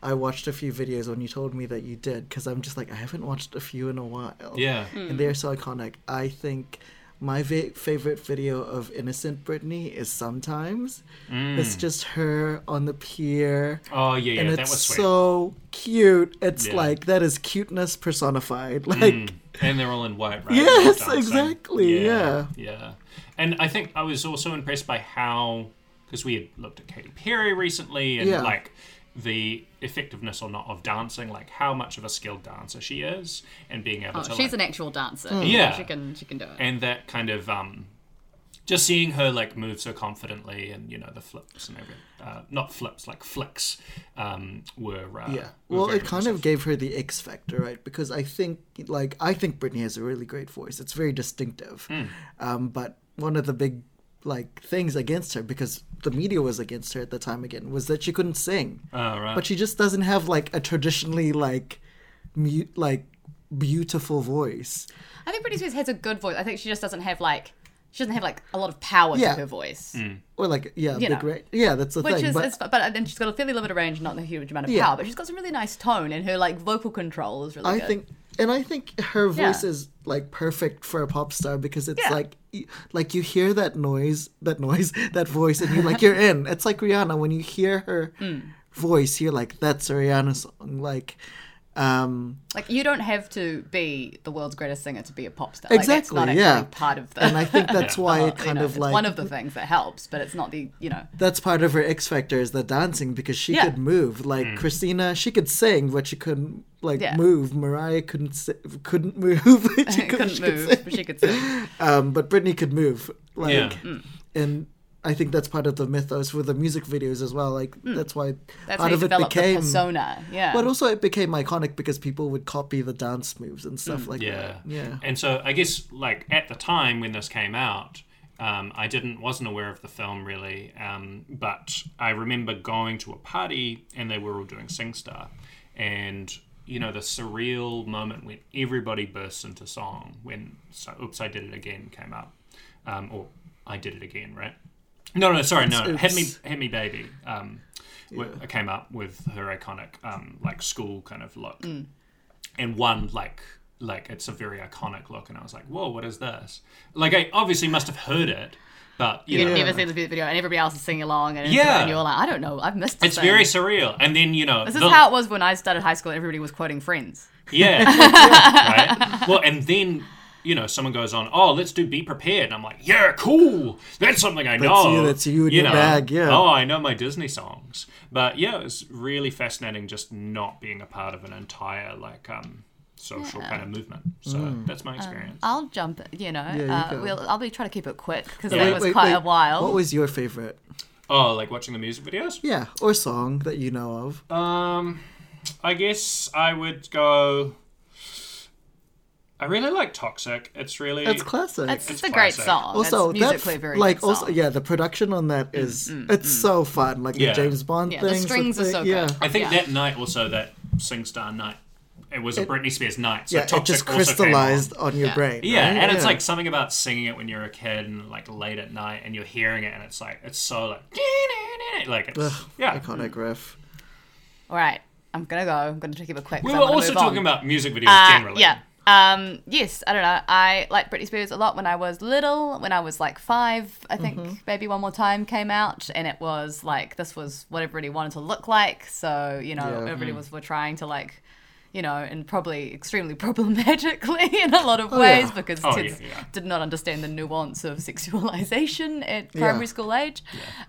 I watched a few videos when you told me that you did because I'm just like I haven't watched a few in a while.
Yeah.
Hmm.
and they're so iconic. I think my va- favorite video of Innocent Britney is sometimes. It's just her on the pier.
Oh yeah, Hmm. yeah,
and
that was
it's
sweet.
so cute. It's
Yeah. Hmm.
like that is cuteness personified. [LAUGHS] Like
and they're all in white, right?
Yes,
Dancing.
exactly,
yeah, yeah. And I think I was also impressed by how because we had looked at Katy Perry recently and
Yeah.
like the effectiveness or not of dancing, like how much of a skilled dancer she is, and being able
Oh,
to. like,
she's an actual dancer.
Yeah.
Mm. she can she can do it.
and that kind of um just seeing her like move so confidently and you know the flips and everything uh, not flips like flicks um were uh,
Yeah.
were
Well,
very
it kind of
impressive.
gave her the X factor, right? Because I think, like, I think Britney has a really great voice. It's very distinctive.
Hmm.
Um, but one of the big, like, things against her, because the media was against her at the time again, was that she couldn't sing.
Oh, right.
But she just doesn't have like a traditionally like, mu- like, beautiful voice.
I think Britney Spears has a good voice. I think she just doesn't have like she doesn't have like a lot of power
Yeah.
to her voice,
Or like, yeah,
You
big
know.
ra- yeah, that's the
which
thing.
is
but
but, but then she's got a fairly limited range, not a huge amount of
Yeah.
power, but she's got some really nice tone, and her like vocal control is really
I
good.
think, and I think her voice
Yeah.
is like perfect for a pop star because it's
Yeah.
like, y- like you hear that noise, that noise, [LAUGHS] that voice, and you're like, you're in. It's like Rihanna when you hear her
Hmm.
voice, you're like, that's a Rihanna song. Like, um,
like you don't have to be the world's greatest singer to be a pop star.
Exactly,
like, that's not
yeah.
actually part of the.
and
[LAUGHS]
I think that's why
uh,
it
you
kind
know,
of
it's
like
one of the things that helps, but it's not the you know.
that's part of her X factor is the dancing because she
Yeah.
could move. Like
Hmm.
Christina, she could sing, but she couldn't like
Yeah.
move. Mariah couldn't si- couldn't move. [LAUGHS] [LAUGHS] she
[LAUGHS] couldn't
she
move,
sing.
but she could sing.
[LAUGHS] um, but Britney could move. Like,
Yeah.
Hmm.
and I think that's part of the mythos with the music videos as well. Like, that's why
Hmm. That's
part
how you
of it
develop
became.
the persona. Yeah.
But also, it became iconic because people would copy the dance moves and stuff
Hmm.
like
yeah
that. Yeah.
and so i guess like at the time when this came out um, i didn't wasn't aware of the film really um, but i remember going to a party and they were all doing singstar and you know the surreal moment when everybody bursts into song when so, oops i did it again came up um, or i did it again right no no sorry no hit me
Oops.
hit me baby um, w came up with her iconic um, like school kind of look and one like like it's a very iconic look and i was like whoa what is this like i obviously must have heard it but you
You've
know
never seen the video, and everybody else is singing along, and,
Yeah.
and you're like, I don't know, I've missed. This
it's
thing.
very surreal and then you know
This is
the-
how it was when I started high school. and Everybody was quoting Friends. [LAUGHS]
[LAUGHS] yeah right well and then you know someone goes on oh let's do be prepared and i'm like yeah cool that's something i know
you, that's you in your bag, yeah.
oh i know my disney songs but yeah it was really fascinating just not being a part of an entire like um social kind of movement so
Mm.
that's my experience
Um, I'll jump, you know.
you
uh,
go.
we'll, I'll be trying to keep it quick because
Yeah.
it
Wait,
was quite a while.
What was your favorite?
oh like watching the music videos
Yeah, or song that you know of.
Um, I guess I would go. I really like Toxic. It's really
That's classic.
It's, it's,
It's
a great
classic.
song.
also,
it's
that's
musically a very
like
good
also
song. Mm,
yeah, the production on that is it's so fun. Like
Yeah.
the James Bond
Yeah, the
thing.
strings are so good.
yeah.
I think
Yeah.
that night also that SingStar night, it was a Britney Spears night. So
Yeah, it
Toxic
just
also came on.
crystallized on your brain.
Yeah,
right?
and it's like something about singing it when you're a kid and like late at night and you're hearing it and it's like it's so like like [LAUGHS] it's
Ugh,
yeah.
iconic riff.
All right, I'm gonna go. I'm gonna keep it quick. 'cause
We
I
were
wanna
also
move on.
talking about music videos
Uh,
generally.
Yeah. Um, yes, I don't know. I liked Britney Spears a lot when I was little. When I was like five, I think
Mm-hmm.
Baby One More Time came out, and it was like this was what everybody wanted to look like. So you know,
Yeah.
everybody
Mm.
was were trying to like, you know, and probably extremely [LAUGHS] problematically in a lot of
yeah.
ways because
Oh,
kids
yeah, yeah.
did not understand the nuance of [LAUGHS] sexualization at
Yeah.
primary school age.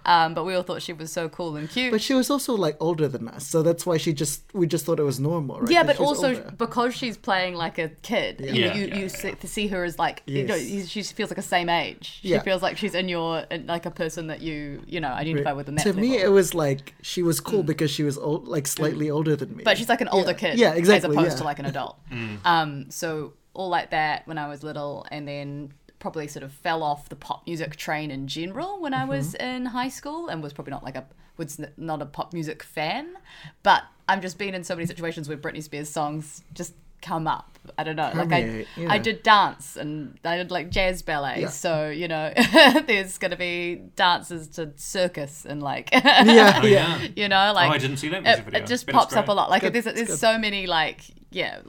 Um, but we all thought she was so cool and cute.
But she was also like older than us, so that's why she just we just thought it was normal, right?
Yeah,
'Cause
but
she's
also
older.
because she's playing like a kid, you,
Yeah,
know, you,
yeah,
you
yeah.
See, see her as like you know,
Yes.
you- she feels like a same age. She
Yeah.
feels like she's in your in, like a person that you you know identify with. In that
to me,
level.
it was like she was cool because she was old, like slightly older than me.
Mm. but she's like an older kid,
Yeah, exactly,
as opposed
yeah.
to like an adult. Um, so all like that when I was little, and then probably sort of fell off the pop music train in general when I was
Mm-hmm.
in high school, and was probably not like a was n- not a pop music fan, but I've just been in so many situations where Britney Spears songs just come up. I don't know, like I
Permeate,
I
yeah.
did dance and I did like jazz ballet,
Yeah.
so you know [LAUGHS] there's gonna be dances to circus and like [LAUGHS]
yeah, yeah.
Oh, yeah.
you know like
oh, I didn't see that music
it,
video.
it just
but it's
pops up a
great.
lot. Like there's, there's so many like yeah.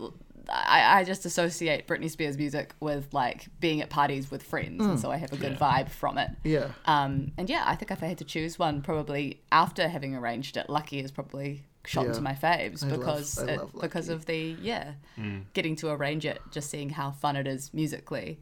I, I just associate Britney Spears music with like being at parties with friends, and so I have a good vibe from it.
Yeah.
Um. And yeah, I think if I had to choose one, probably after having arranged it, Lucky is probably shot
Yeah.
into my faves
love-
because
I
it-
love
because
Lucky.
of the yeah, getting to arrange it, just seeing how fun it is musically.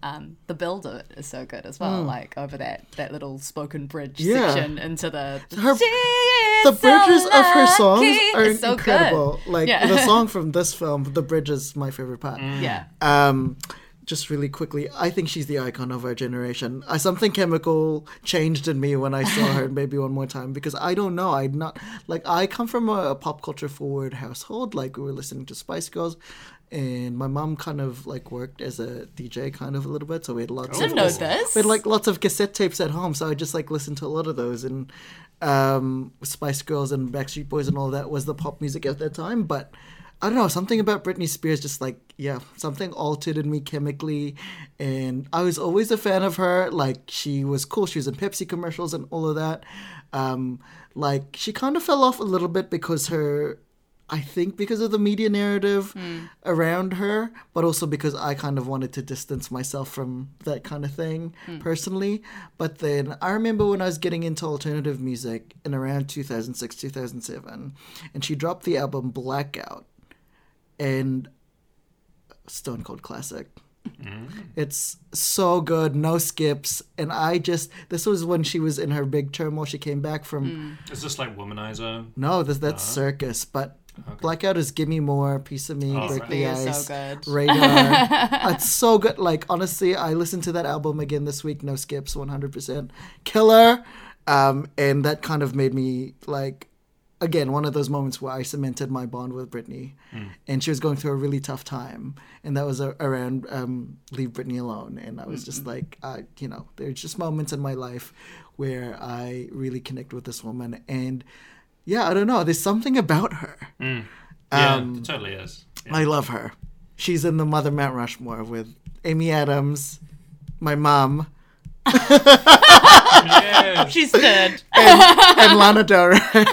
Um, the build of it is so good as well, like over that that little spoken bridge
Mm. Yeah.
section into the
Her-
She is
The bridges
so
of her songs
lucky.
are
It's so good.
incredible. Like
Yeah.
the
[LAUGHS]
song from this film, the bridge is my favorite part.
Mm.
Yeah.
Um, just really quickly, I think she's the icon of our generation. Uh, something chemical changed in me when I saw her maybe one more time because I don't know. I'm not like I come from a, pop culture forward household. Like we were listening to Spice Girls, and my mom kind of like worked as a DJ kind of a little bit, so we had lots.
I
of
didn't know
cas-
this.
We had like lots of cassette tapes at home, so I just like listened to a lot of those and um, Spice Girls and Backstreet Boys and all that was the pop music at that time, but. I don't know, something about Britney Spears just like, yeah, something altered in me chemically. And I was always a fan of her. Like, she was cool. She was in Pepsi commercials and all of that. Um, like, she kind of fell off a little bit because her, I think because of the media narrative around her, but also because I kind of wanted to distance myself from that kind of thing personally. But then I remember when I was getting into alternative music in around 2006, 2007, and she dropped the album Blackout and Stone Cold Classic. It's so good, no skips. And I just, this was when she was in her big turmoil. She came back from.
Is this like Womanizer?
No, this, that's circus. But Blackout is Gimme More, Piece of Me, Break
right.
the
It's so
Ice,
good. [LAUGHS]
Radar. it's so good. Like, honestly, I listened to that album again this week, no skips, 100%. Killer. Um, and that kind of made me, like, again, one of those moments where I cemented my bond with Britney.
Mm.
And she was going through a really tough time. And that was a, around um, Leave Britney Alone. And I was just
Mm-hmm.
like, I, you know, there's just moments in my life where I really connect with this woman. And yeah, I don't know. There's something about her.
Mm.
Um,
Yeah, it totally is. Yeah.
I love her. She's in the Mother Mount Rushmore with Amy Adams, my
[LAUGHS]
mom, [LAUGHS]
Yeah,
She's third.
and Lana Del Rey.
[LAUGHS] amazing.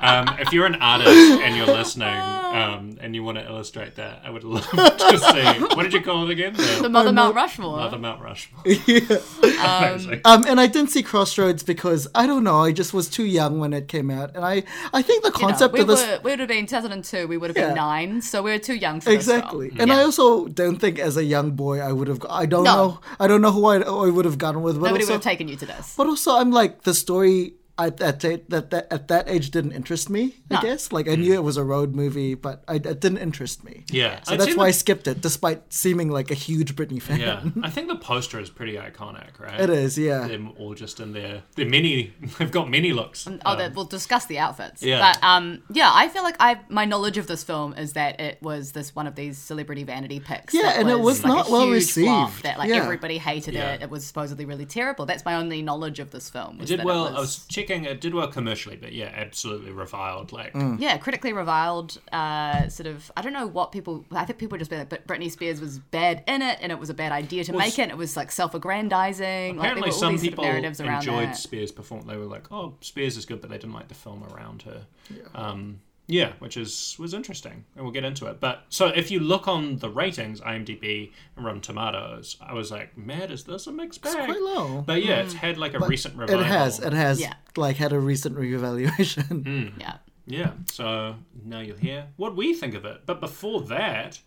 um, if you're an artist and you're listening um, and you want to illustrate that, I would love [LAUGHS] to see. What did you call it again?
the
The
Mother Mount Rushmore.
Mother Mount
[LAUGHS]
Rushmore. Amazing.
Um, and I didn't see Crossroads because I don't know. I just was too young when it came out, and I I think the
You know,
concept
we,
of this
were, we would have been 2002. We would have
Yeah.
been nine, so we were too young for
exactly.
This
And I also don't think as a young boy I would have. I don't
No.
know. I don't know who I, I would have gone with. But
Nobody
also,
would have taken you to this.
But also, I'm like the story I, at that, that, that at that age didn't interest me. I
No.
guess like I knew it was a road movie, but I, it didn't interest me.
Mm. Yeah.
so
I'd
that's
seen
why I
the-
skipped it, despite seeming like a huge Britney fan.
yeah. I think the poster is pretty iconic,
[LAUGHS]
right?
It is, yeah.
Them all just in their their many. [LAUGHS] They've got many looks. Um,
Oh, that we'll discuss the outfits.
Yeah.
But um, yeah, I feel like I my knowledge of this film is that it was this one of these celebrity vanity picks.
Yeah,
that
and it was
like, a
not well
huge flop
received.
That like
Yeah.
everybody hated
Yeah.
it. It was supposedly really terrible. That's my only knowledge of this film.
It
was
did
that
well.
It
I was checking. It did well commercially, but yeah, absolutely reviled. Like,
[LAUGHS]
Mm.
yeah, critically reviled. Uh, sort of. I don't know what people. I think people just been like, but Britney Spears was bad in it, and it was a bad idea to make it. and It was like self-aggrandizing. like, there
apparently
were all
some
these sort of
people
narratives around
enjoyed
that.
Spears' performance. They were like, "Oh, Spears is good," but they didn't like the film around her. Yeah. Um, yeah, which is was interesting, and we'll get into it. But so if you look on the ratings, IMDb and Rotten Tomatoes, I was like, "Man, is this a mixed bag?"
quite low.
But yeah,
Hmm.
it's had like a recent revival.
It has, it has,
Yeah.
like had a recent reevaluation.
Hmm.
Yeah.
Yeah, so now you'll hear what we think of it. But before that,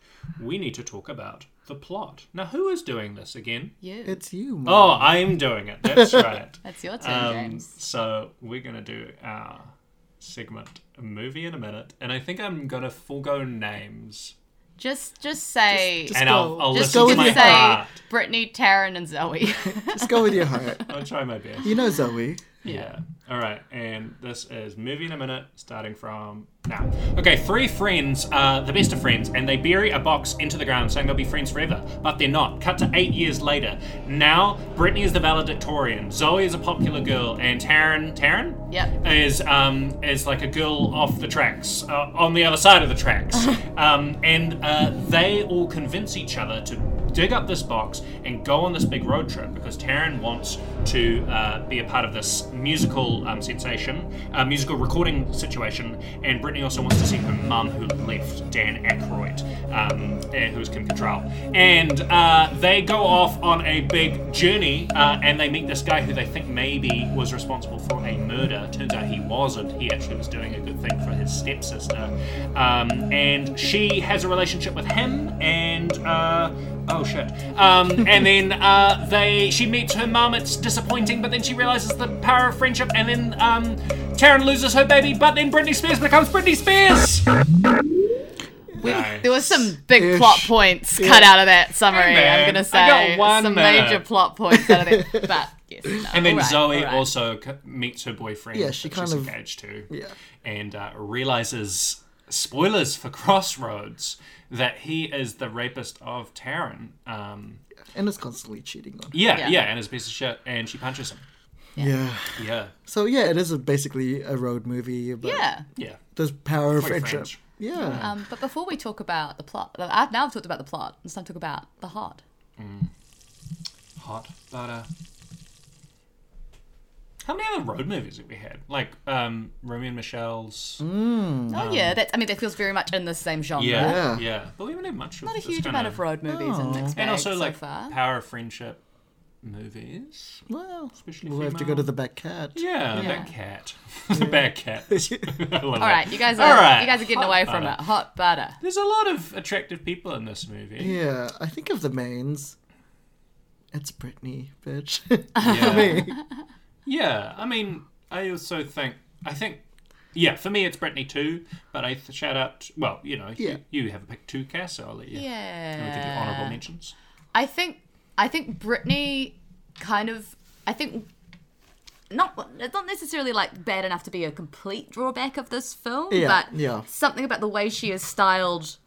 we need to talk about the plot. Now, who is doing this again?
[LAUGHS] It's you, man.
Oh, I'm doing
[LAUGHS]
it. That's right.
It's your turn,
um,
James.
So we're gonna do our segment a movie in a minute, and I think I'm gonna forego names,
Just, just say.
just
and
go-
I'll, I'll
Just
listen to
go with
my
your
heart.
say Brittany, Taryn, and [LAUGHS] Zoe.
Just go with your
[LAUGHS]
heart.
I'll try my
[LAUGHS]
best.
You know Zoe.
Yeah. All right, and this is movie in a minute, starting from now. Okay, three friends are the best of friends, and they bury a box into the ground, saying they'll be friends forever, but they're not. Cut to eight years later. Now, Brittany is the valedictorian, Zoe is a popular girl, and Taryn, Taryn,
Yep.
is um is like a girl off the tracks, uh, on the other side of the tracks, um, and uh, they all convince each other to dig up this box and go on this big road trip because Taryn wants to uh, be a part of this musical um, sensation, uh, musical recording situation, and Brittany also wants to see her mum who left Dan Aykroyd, um, eh, who was Kim Cattrall, and uh, they go off on a big journey uh, and they meet this guy who they think maybe was responsible for a murder. Turns out he wasn't. He actually was doing a good thing for his stepsister. Um, and she has a relationship with him, and uh, oh shit. Um, and then uh, they she meets her mum. It's disappointing, but then she realizes the power of friendship. And then um, Taryn loses her baby, but then Britney Spears becomes Britney Spears. Nice.
There was some big
Ish.
plot points cut out of that summary.
Hey, man,
I'm gonna
I
say
got one
some
minute.
major plot points out [LAUGHS] of it. But yes, no,
And then
all right,
Zoe
all right.
also c- meets her boyfriend.
Yeah, she
that
kind
she's
of-
engaged to.
yeah.
and uh, realizes spoilers for [LAUGHS] Crossroads that he is the rapist of Taryn. Um,
And is constantly cheating on her.
yeah, yeah,
Yeah.
and is a piece of shit, and she punches him.
Yeah.
Yeah,
So yeah, it is a, basically a road movie about
yeah.
yeah,
the power of
Quite
friendship.
French.
Yeah.
Um, but before we talk about the plot, uh, I've now I've talked about the plot. Let's now talk about the heart.
hot butter. How many other road movies have we had? Like um, Romeo and Michelle's.
Oh yeah, that I mean that feels very much in the same genre.
Um, Yeah,
Yeah.
yeah, But we haven't had much.
Not a huge amount of road movies in mixed
And
bag
also
so
like
far.
power of friendship movies.
well,
Especially
we'll have to go
female.
to the back cat.
Yeah, that cat. [LAUGHS] the
[LAUGHS]
bad cat. [LAUGHS]
All right, you guys are
All right.
you guys are getting
Hot
away from
butter.
it. Hot butter.
There's a lot of attractive people in this movie.
Yeah, I think of the mains. It's Britney, bitch. [LAUGHS]
Yeah.
Me.
Yeah, I mean, I also think I think yeah, for me it's Brittany too, but I th- shout out well, you know,
Yeah.
you, you have a pick too, Cass, so I'll let you. And we can do honorable mentions.
I think I think Britney kind of I think not it's not necessarily like bad enough to be a complete drawback of this film,
Yeah,
but
yeah.
something about the way she is styled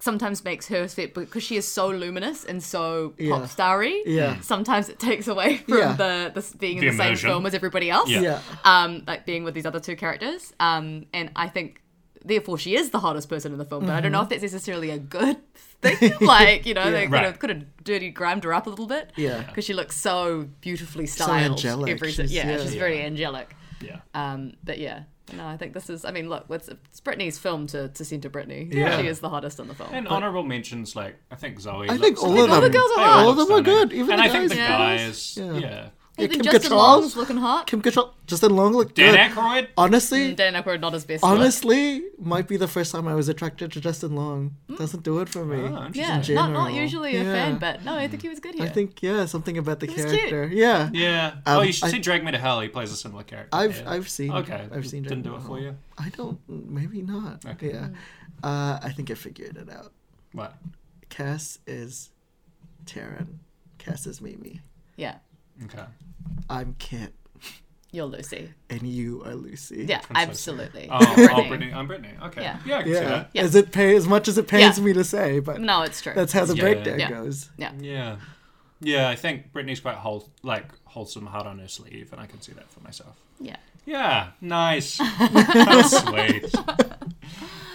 sometimes makes her fit because she is so luminous and so
Yeah.
pop starry.
Yeah.
Sometimes it takes away from
Yeah.
the, the being in
The
the same
immersion.
film as everybody else
Yeah.
yeah.
um, like being with these other two characters. Um, and I think therefore she is the hottest person in the film, but I don't
Mm-hmm.
know if that's necessarily a good [LAUGHS] thing. like, you know, they could have,
Right.
could have dirty grimed her up a little bit.
Yeah.
Because she looks so beautifully styled.
angelic.
Every,
She's-
yeah,
yeah.
she's very angelic.
Yeah.
Um, but yeah. No, I think this is. I mean, look, it's, it's Britney's film to, to send to Britney.
Yeah.
She is the hottest in the film.
and honorable mentions like I think Zoe
I think
looks
all of
stunning.
them.
the girls are
They
hot.
all
All of
look
them are
stunning.
good, even
and
the
I think the
guys.
guys,
Yeah.
yeah.
Yeah,
Even
Kim
Justin Long's
Cattrall.
looking hot.
Kim Cattrall. Justin Long looked
Dan
good.
Aykroyd?
Honestly,
Dan Aykroyd not his best. look.
honestly, might be the first time I was attracted to Justin Long. Doesn't do it for me.
Oh, interesting.
Mm. yeah, not,
general.
not usually a
Yeah.
fan, but no, I think he was good here.
I think yeah, something about the
was cute.
character. Yeah.
Yeah. oh,
Um,
you should
I-
see Drag Me to Hell. He plays a similar character.
I've
yeah.
I've seen
Okay.
I've seen
Didn't do
Dragon
it
Ball.
for you.
I don't maybe not.
Okay.
Yeah. Uh, I think I figured it out.
What?
Cass is Taryn. Cass is Mimi.
yeah, [LAUGHS]
Okay.
I'm Kit
you're Lucy.
and you are Lucy.
Yeah, absolutely.
Oh,
Brittany.
oh, Brittany. I'm Brittany. Okay.
Yeah.
Yeah. I can see
Yeah.
that.
As it pay as much as it pains
Yeah.
me to say, but
No, it's true.
that's how the
Yeah.
breakdown
Yeah.
goes.
Yeah. Yeah, I think Brittany's quite whole, like wholesome, hard on her sleeve, and I can see that for myself.
yeah.
Yeah,
[LAUGHS]
nice. That's sweet.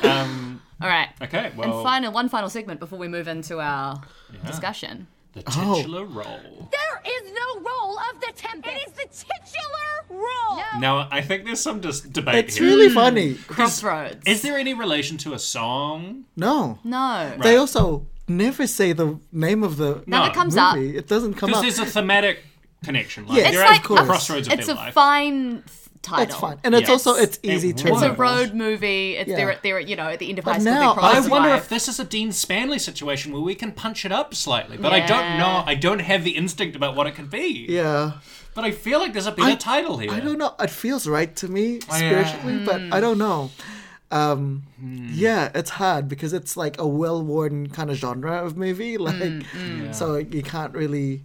Um,
All right.
okay, well,
And final, one final segment before we move into our
yeah.
discussion.
the
Oh.
titular role.
There is no role of the Tempest. It is the titular role.
Now, I think there's some dis- debate
It's
here.
really
Mm.
funny.
Crossroads.
Is there any relation to a song?
No.
no.
They also never say the name of the
None
No.
it comes up.
movie. It doesn't come
Because
up.
there's a thematic connection. Like,
Yes,
they're
of
at
course.
the crossroads of
It's
their
a
life.
fine f- title.
It's fine. And it's
Yes.
also it's
It
easy
was.
to
It's a
Wonderful.
road movie. It's they're
Yeah.
at they're at you know at the end of high school.
now,
they
I
I
cross
wonder
life.
if this is a Dean Spanley situation where we can punch it up slightly, but I
Yeah.
don't know. I don't have the instinct about what it could be.
Yeah.
But I feel like there's a better
I-
title here.
I don't know. It feels right to me
Oh, yeah.
spiritually, but I don't know. Um,
Hmm.
Yeah, it's hard because it's like a well-worn kind of genre of
Mm,
movie. Like, so you can't really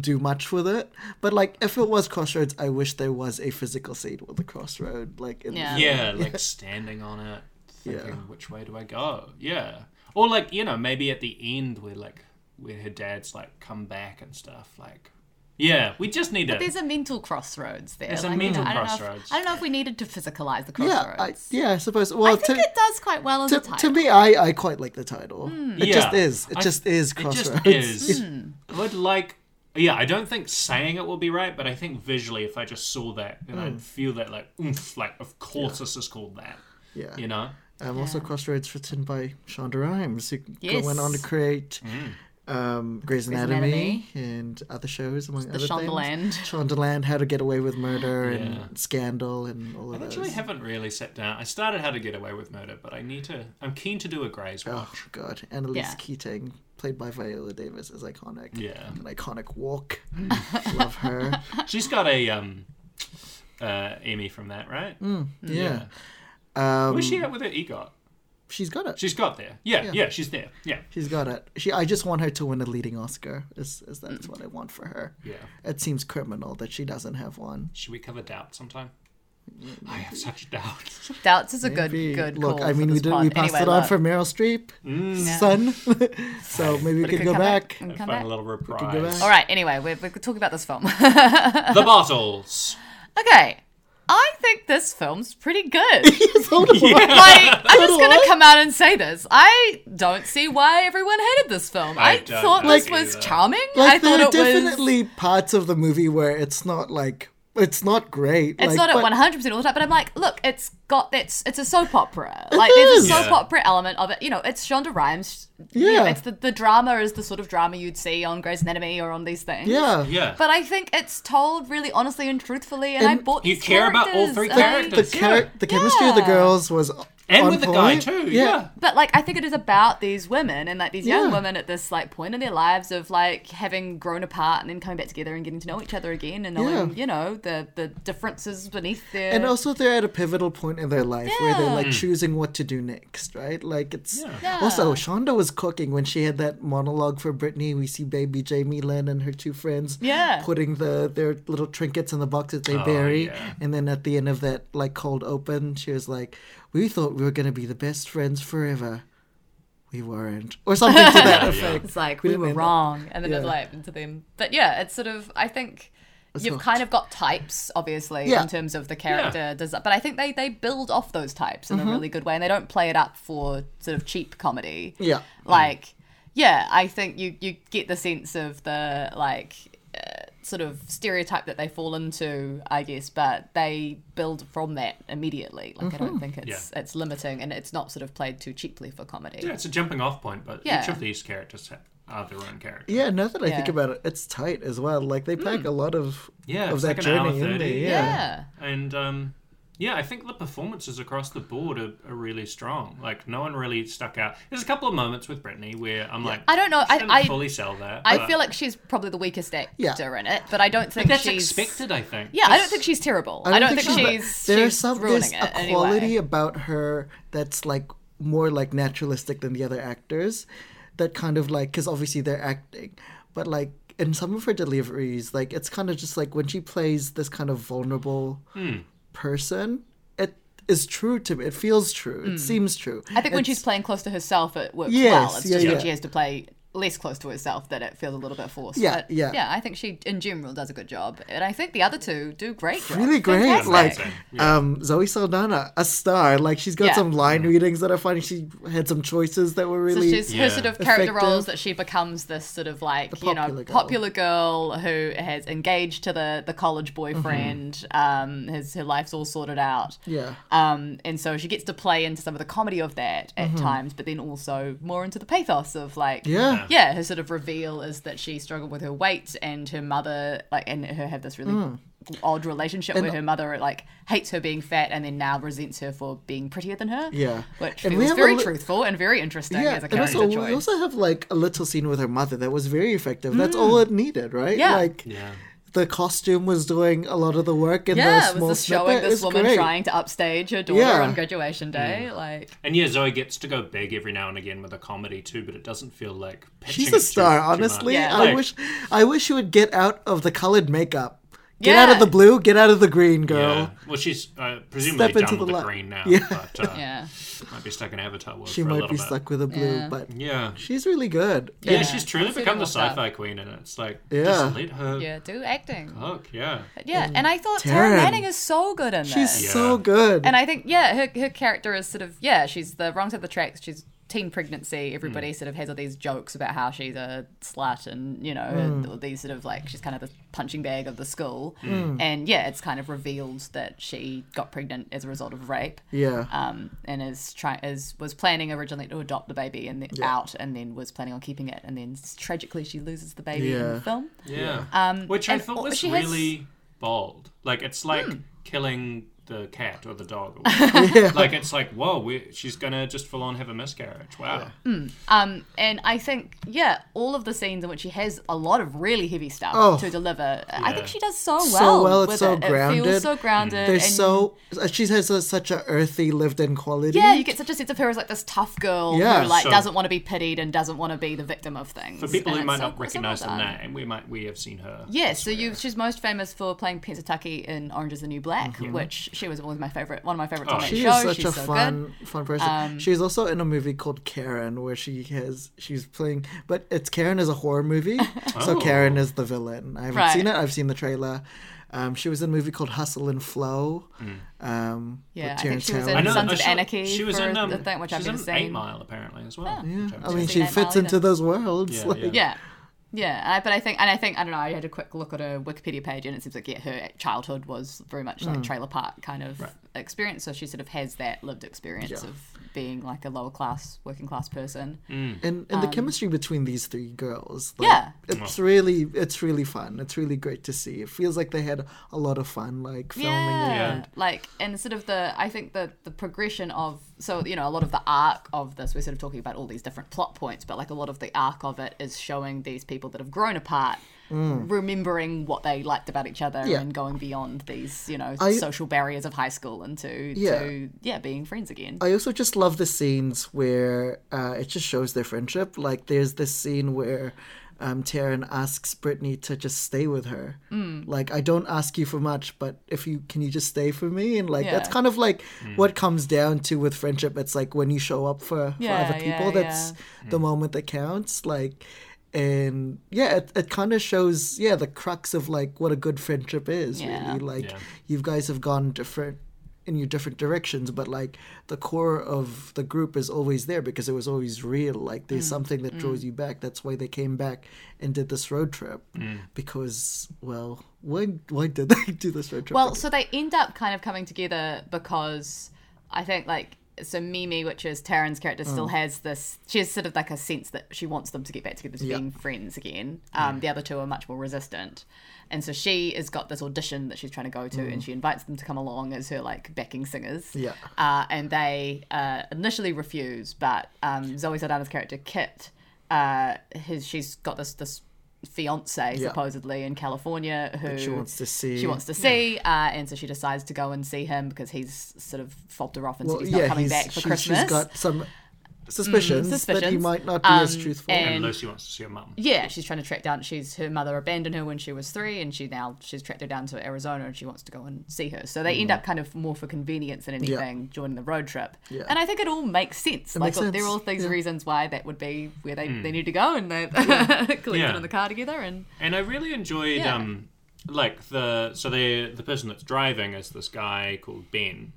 do much with it. But like, if it was Crossroads, I wish there was a physical scene with a crossroad. Like, in
Yeah.
Yeah, like standing on it, thinking
Yeah.
which way do I go? Yeah, or like you know maybe at the end where like where her dad's like come back and stuff. Like, yeah, we just need to.
There's a mental crossroads there.
There's a
Like, you know,
mental
I don't know if-
crossroads.
I don't know if we needed to physicalize the
yeah,
crossroads.
I, yeah. I suppose.
I
Well,
think
to,
it does quite well as
to,
a title. Hmm.
to me, I I quite like the title. It
Yeah.
just is. It
I-
just is
It just
Crossroads.
is.
hmm.
I would like. Yeah, I don't think saying it will be right, but I think visually, if I just saw that and
Hmm.
I'd feel that like oomph, like of course this is called that.
[LAUGHS] Yeah.
You know.
Um, Also, Crossroads written by Shonda Rhimes, who
Yes.
went on to create
Mm.
um, Grey's, Anatomy, and other shows, among other
Shondaland.
things. Shondaland, How to Get Away with Murder,
Yeah.
and Scandal, and all of
I
those.
actually haven't really sat down. I started How to Get Away with Murder, but I need to. I'm keen to do a Grey's
Oh
watch.
God, Annalise
Yeah.
Keating, played by Viola Davis, is iconic.
Yeah. Mm.
an iconic walk. [LAUGHS] Love
[LAUGHS]
her.
She's got a um, uh, Amy from that, right?
Mm.
Mm.
Yeah, Um,
Where's she at with her EGOT?
she's got it.
She's got there. Yeah, yeah, she's there. Yeah,
She's got it. She. I just want her to win a leading Oscar. Is is
Mm.
that's what I want for her?
yeah.
It seems criminal that she doesn't have one.
Should we cover doubt sometime?
Mm-hmm.
I have such doubts.
Doubts is a good
Maybe.
good
Look,
call
I mean,
for
we
this
did
pod.
we passed
Anyway,
it on
look,
for Meryl Streep,
Mm.
[LAUGHS]
son. so maybe we
but it
could go
come
back.
and come
Find
back.
a little
go
reprise.
back.
All right. Anyway, we're, we're talking about this film. [LAUGHS]
The bottles.
okay, I think this film's pretty good.
[LAUGHS]
[LAUGHS]
So do I.
like I'm just gonna come out and say this. I don't see why everyone hated this film.
I
I,
don't
thought
know
this was
either.
charming. I
Like
thought
there
it
are
was.
definitely parts of the movie where it's not like it's not great.
It's
like,
not at
but-
one hundred percent all the time, but I'm like, look, it's got it's it's a soap opera. Like there's
is.
a soap
Yeah.
opera element of it. You know, it's Shonda Rhimes. You
Yeah.
know, it's the, the drama is the sort of drama you'd see on Grey's Anatomy or on these things.
Yeah.
Yeah.
But I think it's told really honestly and truthfully, and, I
And
bought
you
these
care about all three
and I-
characters.
The char- the chemistry of the
Yeah.
girls was
and
on
with the
point.
guy too. Yeah.
but like I think it is about these women and like these young
Yeah.
women at this like point in their lives of like having grown apart and then coming back together and getting to know each other again and knowing
Yeah.
you know the the differences beneath their
And also, they're at a pivotal point in their life where they're
Mm.
like choosing what to do next, right? Like it's also Shonda was cooking when she had that monologue for Britney. We see baby Jamie Lynn and her two friends,
Yeah.
[LAUGHS] putting the their little trinkets in the box that they bury,
Oh, yeah.
and then at the end of that like cold open, she was like, "We thought we were gonna be the best friends forever, we weren't," or something to
[LAUGHS]
that effect.
it's like we,
didn't
were
end up-
wrong and then it's
Yeah.
like to them but yeah it's sort of I think you've
not-
kind of got types obviously
Yeah.
in terms of the character design but I think they they build off those types
Mm-hmm.
in a really good way and they don't play it up for sort of cheap comedy
Yeah,
like yeah i think you you get the sense of the like uh, sort of stereotype that they fall into i guess but they build from that immediately like
Mm-hmm.
i don't think it's it's limiting and it's not sort of played too cheaply for comedy
Yeah, it's a jumping off point, but
Yeah.
each of these characters ha- are their own character.
Yeah, now that I think
Yeah.
about it, it's tight as well. Like they pack a lot of
Hmm. Yeah,
of
it's
that
like an hour
journey in there.
30.
Yeah.
Yeah.
And um, yeah, I think the performances across the board are, are really strong. Like no one really stuck out. There's a couple of moments with Brittany where I'm like,
I don't know.
she
I-
didn't
I-
fully sell that.
I
but-
feel like she's probably the weakest actor
Yeah.
in it, but I don't think
that's
she's
expected. I think.
Yeah, I don't
That's-
think she's terrible. I don't, think, she's,
but There's
she's
some
ruining
there's
it.
a
anyway.
quality about her that's like more like naturalistic than the other actors. That kind of like because obviously they're acting, but like in some of her deliveries, like it's kind of just like when she plays this kind of vulnerable person, it is true to me. It feels true. It seems true.
Hmm. I think when she's playing close to herself, it works
Yes,
well. It's
yeah,
just
yeah.
when she has to play less close to herself that it feels a little bit forced.
Yeah,
But
yeah.
Yeah, I think she, in general, does a good job. And I think the other two do great jobs.
really great.
Fantastic.
Like um, Zoe Saldana, a star. Like she's got
Yeah.
some line readings that I find she had some choices that were
So
really
she's
Yeah.
her sort of character
Effective.
roles that she becomes this sort of like you know
popular girl.
popular girl who has engaged to the the college boyfriend. Um, his her life's all sorted out.
Mm-hmm. yeah.
Um, and so she gets to play into some of the comedy of that at times, but then also more into the pathos of like,
Mm-hmm. Yeah.
yeah, her sort of reveal is that she struggled with her weight and her mother, like, and her have this really
Mm.
odd relationship where her mother like hates her being fat and then now resents her for being prettier than her.
Yeah.
which
And we
feels
have a
very
li-
truthful and very interesting
Yeah,
as a
and
character
also we
choice. Mm.
also have like a little scene with her mother that was very effective. That's all it needed, right?
Yeah.
Like
Yeah.
the costume was doing a lot of the work, and
yeah,
the
it
small
was just showing
snippet
this
is
woman
great.
trying to upstage her daughter
Yeah. Mm.
on graduation day. Like,
And yeah, Zoe gets to go big every now and again with a comedy too, but it doesn't feel like pitching
She's
it
a
too-
star,
too
honestly.
much.
Yeah.
I
Like,
wish, I wish she would get out of the colored makeup. Get out of
Yeah.
the blue. Get out of the green, girl.
Yeah. Well, she's uh, presumably
Step into
done with
the
the
light.
green now,
Yeah.
but uh,
[LAUGHS] yeah.
might be stuck in Avatar world
She
for a
might
little
be
bit.
stuck with the blue,
Yeah.
but
Yeah.
she's really good.
yeah, She's truly
That's
become the
even more
sci-fi queen, and it's like
Yeah.
just let her
Yeah, do acting.
look. Yeah,
Yeah, and I thought
Oh, Taryn.
Tara Manning is so good in
She's
this.
so
Yeah.
good.
And I think, yeah, her, her character is sort of, yeah, she's the wrong side of the tracks. She's teen pregnancy. Everybody
Mm.
sort of has all these jokes about how she's a slut and, you know,
Mm.
all these sort of like, she's kind of the punching bag of the school.
Mm.
And yeah, it's kind of revealed that she got pregnant as a result of rape.
yeah.
Um, and is trying is was planning originally to adopt the baby and then out, and then was planning on keeping it, and then tragically she loses the baby in
Yeah.
the film.
yeah.
Um,
Which I
and
thought
al-
was
she has- Hmm.
really bold. Like it's like killing the cat or the
[LAUGHS]
dog. Or whatever. Like it's like whoa, we she's gonna just full on have a miscarriage. Wow.
Um, and I think, yeah, all of the scenes in which she has a lot of really heavy stuff
Oh.
to deliver, I think she does so well.
So well, it's
with
so
it. It
grounded.
feels so
Mm.
grounded.
There's
and-
so uh, she has a, such a earthy, lived-in quality.
Yeah, you get such a sense of her as like this tough girl
Yeah.
who like
So-
doesn't want to be pitied and doesn't want to be the victim of things.
For people who
And it's
might
so-
not
so well
recognize the
done.
name, we might we have seen her.
Yeah, so you, she's most famous for playing Pensatucky in Orange Is the New Black, which she was always my favorite, one of my favorite
Mhm. Oh,
TV
She
shows.
is such
she's
a
so good. Um,
fun, fun person. she's also in a movie called Karen, where she has she's playing, but it's Karen is a horror
[LAUGHS]
movie, so
Oh.
Karen is the villain. I haven't
Right.
seen it. I've seen the trailer. Um, she was in a movie called Hustle and Flow.
Mm.
Um,
Yeah,
with
I think
Terrence
she was in
Howard.
And Sons of
she-
Anarchy
She was
for
in um,
the thing which I've
she's
never
in
seen. Oh,
Eight Mile apparently as well. which I've
I mean,
seen.
she
Eight
fits
Mile
into
either.
those worlds.
Yeah,
like-
yeah.
Yeah. Yeah, I, but I think, and I think, I don't know, I had a quick look at her Wikipedia page and it seems like, yeah, her childhood was very much like trailer park kind of experience. So she sort of has that lived experience of being like a lower class, working class person.
And and the chemistry between these three girls, like,
Um, Yeah.
Oh.
it's really it's really fun. It's really great to see. It feels like they had a lot of fun, like filming it.
yeah.
and-
like and sort of the i think the the progression of so you know a lot of the arc of this we're sort of talking about all these different plot points but like a lot of the arc of it is showing these people that have grown apart remembering what they liked about each other
Mm. Yeah.
and going beyond these you know
I-
social barriers of high school and to
Yeah.
to yeah being friends again
I also just love the scenes where uh, it just shows their friendship. Like there's this scene where um, Taryn asks Brittany to just stay with her.
Mm.
Like I don't ask you for much, but if you can, you just stay for me. And like that's
Yeah.
kind of like what comes down to with friendship. It's like when you show up for,
Yeah,
for other people,
yeah,
that's the moment that counts. Like. And yeah, it, it kind of shows yeah the crux of like what a good friendship is
Yeah.
really like you guys have gone different in your different directions but like the core of the group is always there because it was always real like
Mm.
there's something that draws you back that's why they came back and did this road trip
Mm.
because well why why did they do this road trip
Well, so they end up kind of coming together because I think like so Mimi, which is Taryn's character,
Mm.
still has this. She has sort of like a sense that she wants them to get back together to
Yeah.
being friends again. Um, The other two are much more resistant, and so she has got this audition that she's trying to go to, and she invites them to come along as her like backing singers.
Mm. Yeah.
uh, and they uh, initially refuse, but um, Zoe Saldana's character Kit, uh, his she's got this this fiance
Yeah.
supposedly in California who
she wants to see.
she wants to see, uh, and so she decides to go and see him because he's sort of fobbed her off and
Well,
said he's not
yeah,
coming
he's-
back for
she-
Christmas. Mm,
She's got some suspicions, that he
suspicions.
might not be as
Um,
truthful.
and-
And Lucy wants to see her mum.
yeah, she's trying to track down. She's her mother abandoned her when she was three, and she now she's tracked her down to Arizona, and she wants to go and see her. So they end up kind of more for convenience than
Mm-hmm. Yeah.
anything joining the road trip.
Yeah.
And I think it all makes sense. like
makes
look, there are
sense.
all things
Yeah.
reasons why that would be where they, they need to go, and they [LAUGHS] collect
Yeah.
it in the car together. And
And I really enjoyed
Yeah.
um like the so the the person that's driving is this guy called Ben.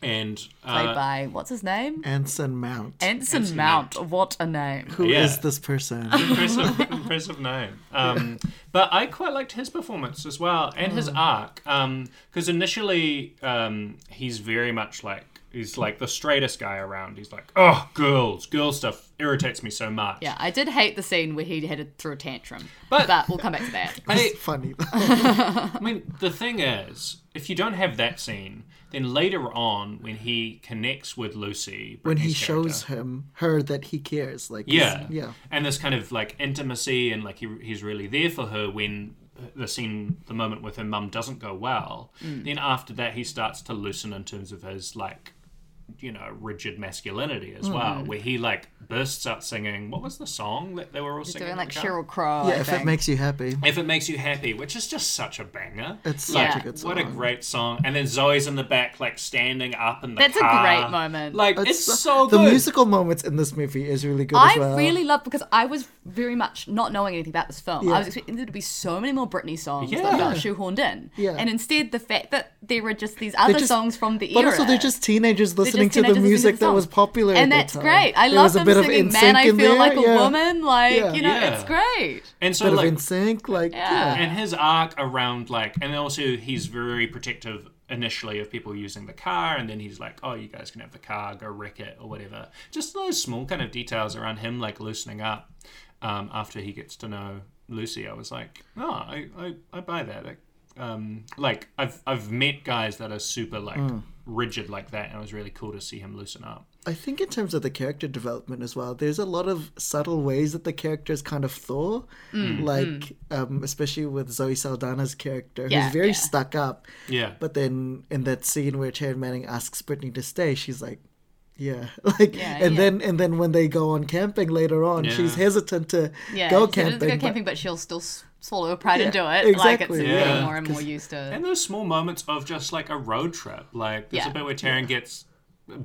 And
played
uh,
by what's his name?
Anson Mount. Who is
Anson,
Anson
Mount. What a name!
Yeah.
this
[LAUGHS]
person?
impressive, impressive name. Um, but I quite liked his performance as well and his arc. Because initially, um, he's very much like he's like the straightest guy around. He's like, oh, girls, girl stuff irritates me so much.
Yeah, I did hate the scene where he headed through a tantrum,
But-
but, we'll come back
[LAUGHS]
to that.
I,
It's
[LAUGHS]
funny.
I mean, the thing is, if you don't have that scene, then later on when he connects with Lucy,
when he
Brittany's character-
shows him her that he cares, like
Yeah.
he's- yeah,
And this kind of like intimacy and like he, he's really there for her when the scene, the moment with her mum doesn't go well. Then after that, he starts to loosen in terms of his like, you know, rigid masculinity as well, where he like bursts out singing. What was the song that they were all singing?
Doing
in
like
the car?
Cheryl Crow. I
yeah. If
think.
it makes you happy,
If it makes you happy, which is just such a banger.
it's such
Yeah.
a good song.
What a great song! And then Zoe's in the back, like standing up in the
That's a
Ah.
car.
great moment.
Like it's,
It's-
so
the
good.
musical moments in this movie is really good
I
as well.
really love because I was very much not knowing anything about this film.
Yeah.
I was expecting there to be so many more Britney songs
Yeah.
that got shoehorned in,
Yeah.
and instead the fact that there were just these other
just-
songs from the
but
era.
also, they're just teenagers
They're just
listening to the
teenagers listening
music that
songs.
was popular,
and
at
that's
the time.
great. I
There
love
was a
them
bit of
singing "Man,
NSYNC
I
in
Feel
there,
Like a
yeah.
Woman." Like
Yeah.
you know,
Yeah.
it's great.
and so
Bit
like
of NSYNC, like
Yeah.
and his arc around like and also he's very protective initially of people using the car and then he's like oh you guys can have the car go wreck it or whatever just those small kind of details around him like loosening up um, after he gets to know lucy i was like oh i, I, I buy that Like, um, like I've, I've met guys that are super like rigid like that and it was really cool to see him loosen up
I think in terms of the character development as well, there's a lot of subtle ways that the characters kind of thaw,
Mm.
like um, especially with Zoe Saldana's character,
Yeah,
who's very
yeah.
stuck up.
yeah
But then in that scene where Taryn Manning asks Brittany to stay, she's like, "Yeah," [LAUGHS] like, and
yeah.
then and then when they go on camping later on, she's
Yeah.
hesitant to
Yeah,
go
she doesn't
camping.
go
but-
camping, but she'll still s- swallow her pride and do
Yeah,
it. Like it's
exactly.
Yeah.
getting more and more used to.
And those small moments of just like a road trip. Like there's a
Yeah.
bit where Taryn gets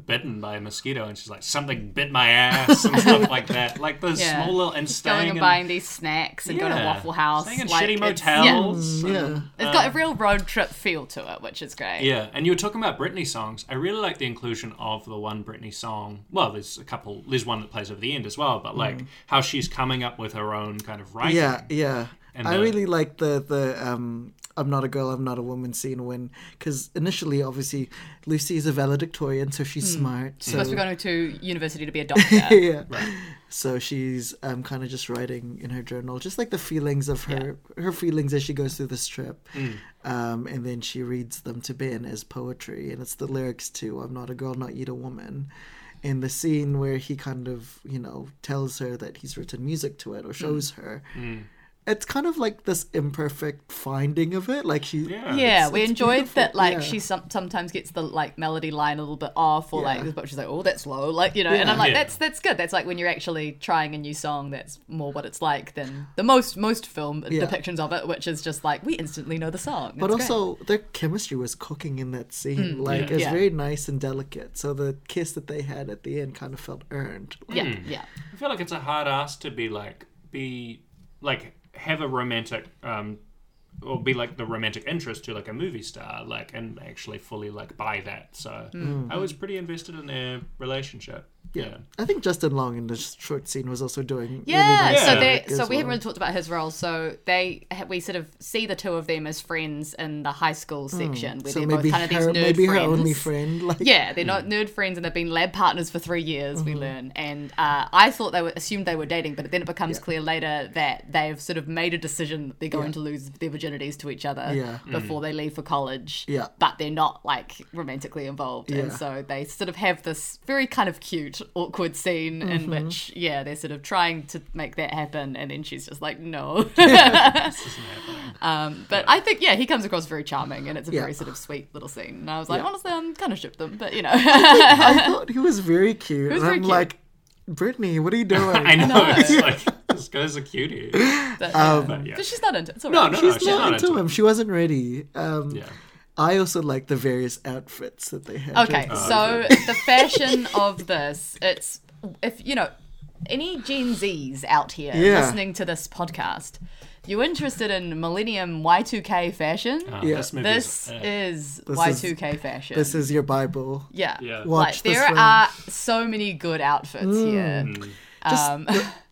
bitten by a mosquito and she's like, something bit my ass and
[LAUGHS]
stuff like that. Like those
Yeah.
small little and staying
going and
in-
buying these snacks and going
Yeah.
to Waffle House.
Staying in shitty
it's-
motels.
Mm, yeah.
Yeah. It's got a real road trip feel to it, which is great.
Yeah, and you were talking about Britney songs. I really like the inclusion of the one Britney song. Well, there's a couple. There's one that plays over the end as well, but like how she's coming up with her own kind of writing.
Mm. Yeah, yeah.
And
I
the-
really like the the um I'm not a girl, I'm not a woman scene when cuz initially obviously Lucy is a valedictorian so she's smart. So
Supposed to Hmm. be going to university
[LAUGHS]
to be a doctor.
yeah. So she's um kind of just writing in her journal just like the feelings of her her feelings as she goes through this trip. Um and then she reads them to Ben as poetry and it's the lyrics to I'm not a girl, not yet a woman. And the scene where he kind of, you know, tells her that he's written music to it or shows her it's kind of like this imperfect finding of it. Like she,
Yeah.
Yeah, we
it's
enjoyed
beautiful.
that. Like
Yeah.
she some, sometimes gets the like melody line a little bit off, or
Yeah.
like, but she's like, "Oh, that's low," like you know. And I'm like,
Yeah.
"That's that's good. That's like when you're actually trying a new song. That's more what it's like than the most most film depictions of it, which is just like we instantly know the song.
but
That's great.
also their chemistry was cooking in that scene. like it's
Mm, Yeah.
very nice and delicate. So the kiss that they had at the end kind of felt earned. Like,
yeah, yeah,
I feel like it's a hard ask to be like be like have a romantic um or be like the romantic interest to like a movie star, like and actually fully like buy that. So
Hmm.
I was pretty invested in their relationship. Yeah.
I think Justin Long in this short scene was also doing.
Yeah,
really nice
so
Yeah.
they
work
so
as
we
well.
haven't really talked about his role. So they we sort of see the two of them as friends in the high school section where
Hmm. So
they're
maybe
both kind of these
her,
nerd
maybe
friends.
her only friend. Hmm. Like,
Yeah, they're not nerd friends and they've been lab partners for three years,
Mm-hmm.
we learn. And uh, I thought they were assumed they were dating, but then it becomes clear later that they've sort of made a decision that they're going to lose their virginities to each other
Yeah.
before they leave for college.
Yeah.
But they're not like romantically involved. And
Yeah.
so they sort of have this very kind of cute, awkward scene in which, yeah, they're sort of trying to make that happen. And then she's just like, no. Um, but I think, yeah, he comes across very charming and it's a
Yeah.
very sort of sweet little scene. And I was like, honestly, I'm kind of shipped them, but you know. [LAUGHS]
I thought he was very cute.
was
and
very
I'm
cute.
like, Brittany, what are you doing?
[LAUGHS] I know. It's like this guy's a cutie.
but,
But yeah.
but she's not into it. It's all
No,
right.
no, no,
She's
she's
not
not
into him. She wasn't ready. Um,
Yeah.
I also like the various outfits that they had.
Okay, so
[LAUGHS]
the fashion of this, it's if you know any Gen Zs out here
Yeah.
listening to this podcast, you're interested in Millennium Y2K fashion.
Uh,
Yeah.
This movie
this
is, uh,
is
is-
Y2K fashion.
This is your Bible.
yeah.
Yeah.
Watch
like
this
there
film.
are so many good outfits
Mm.
here. Um,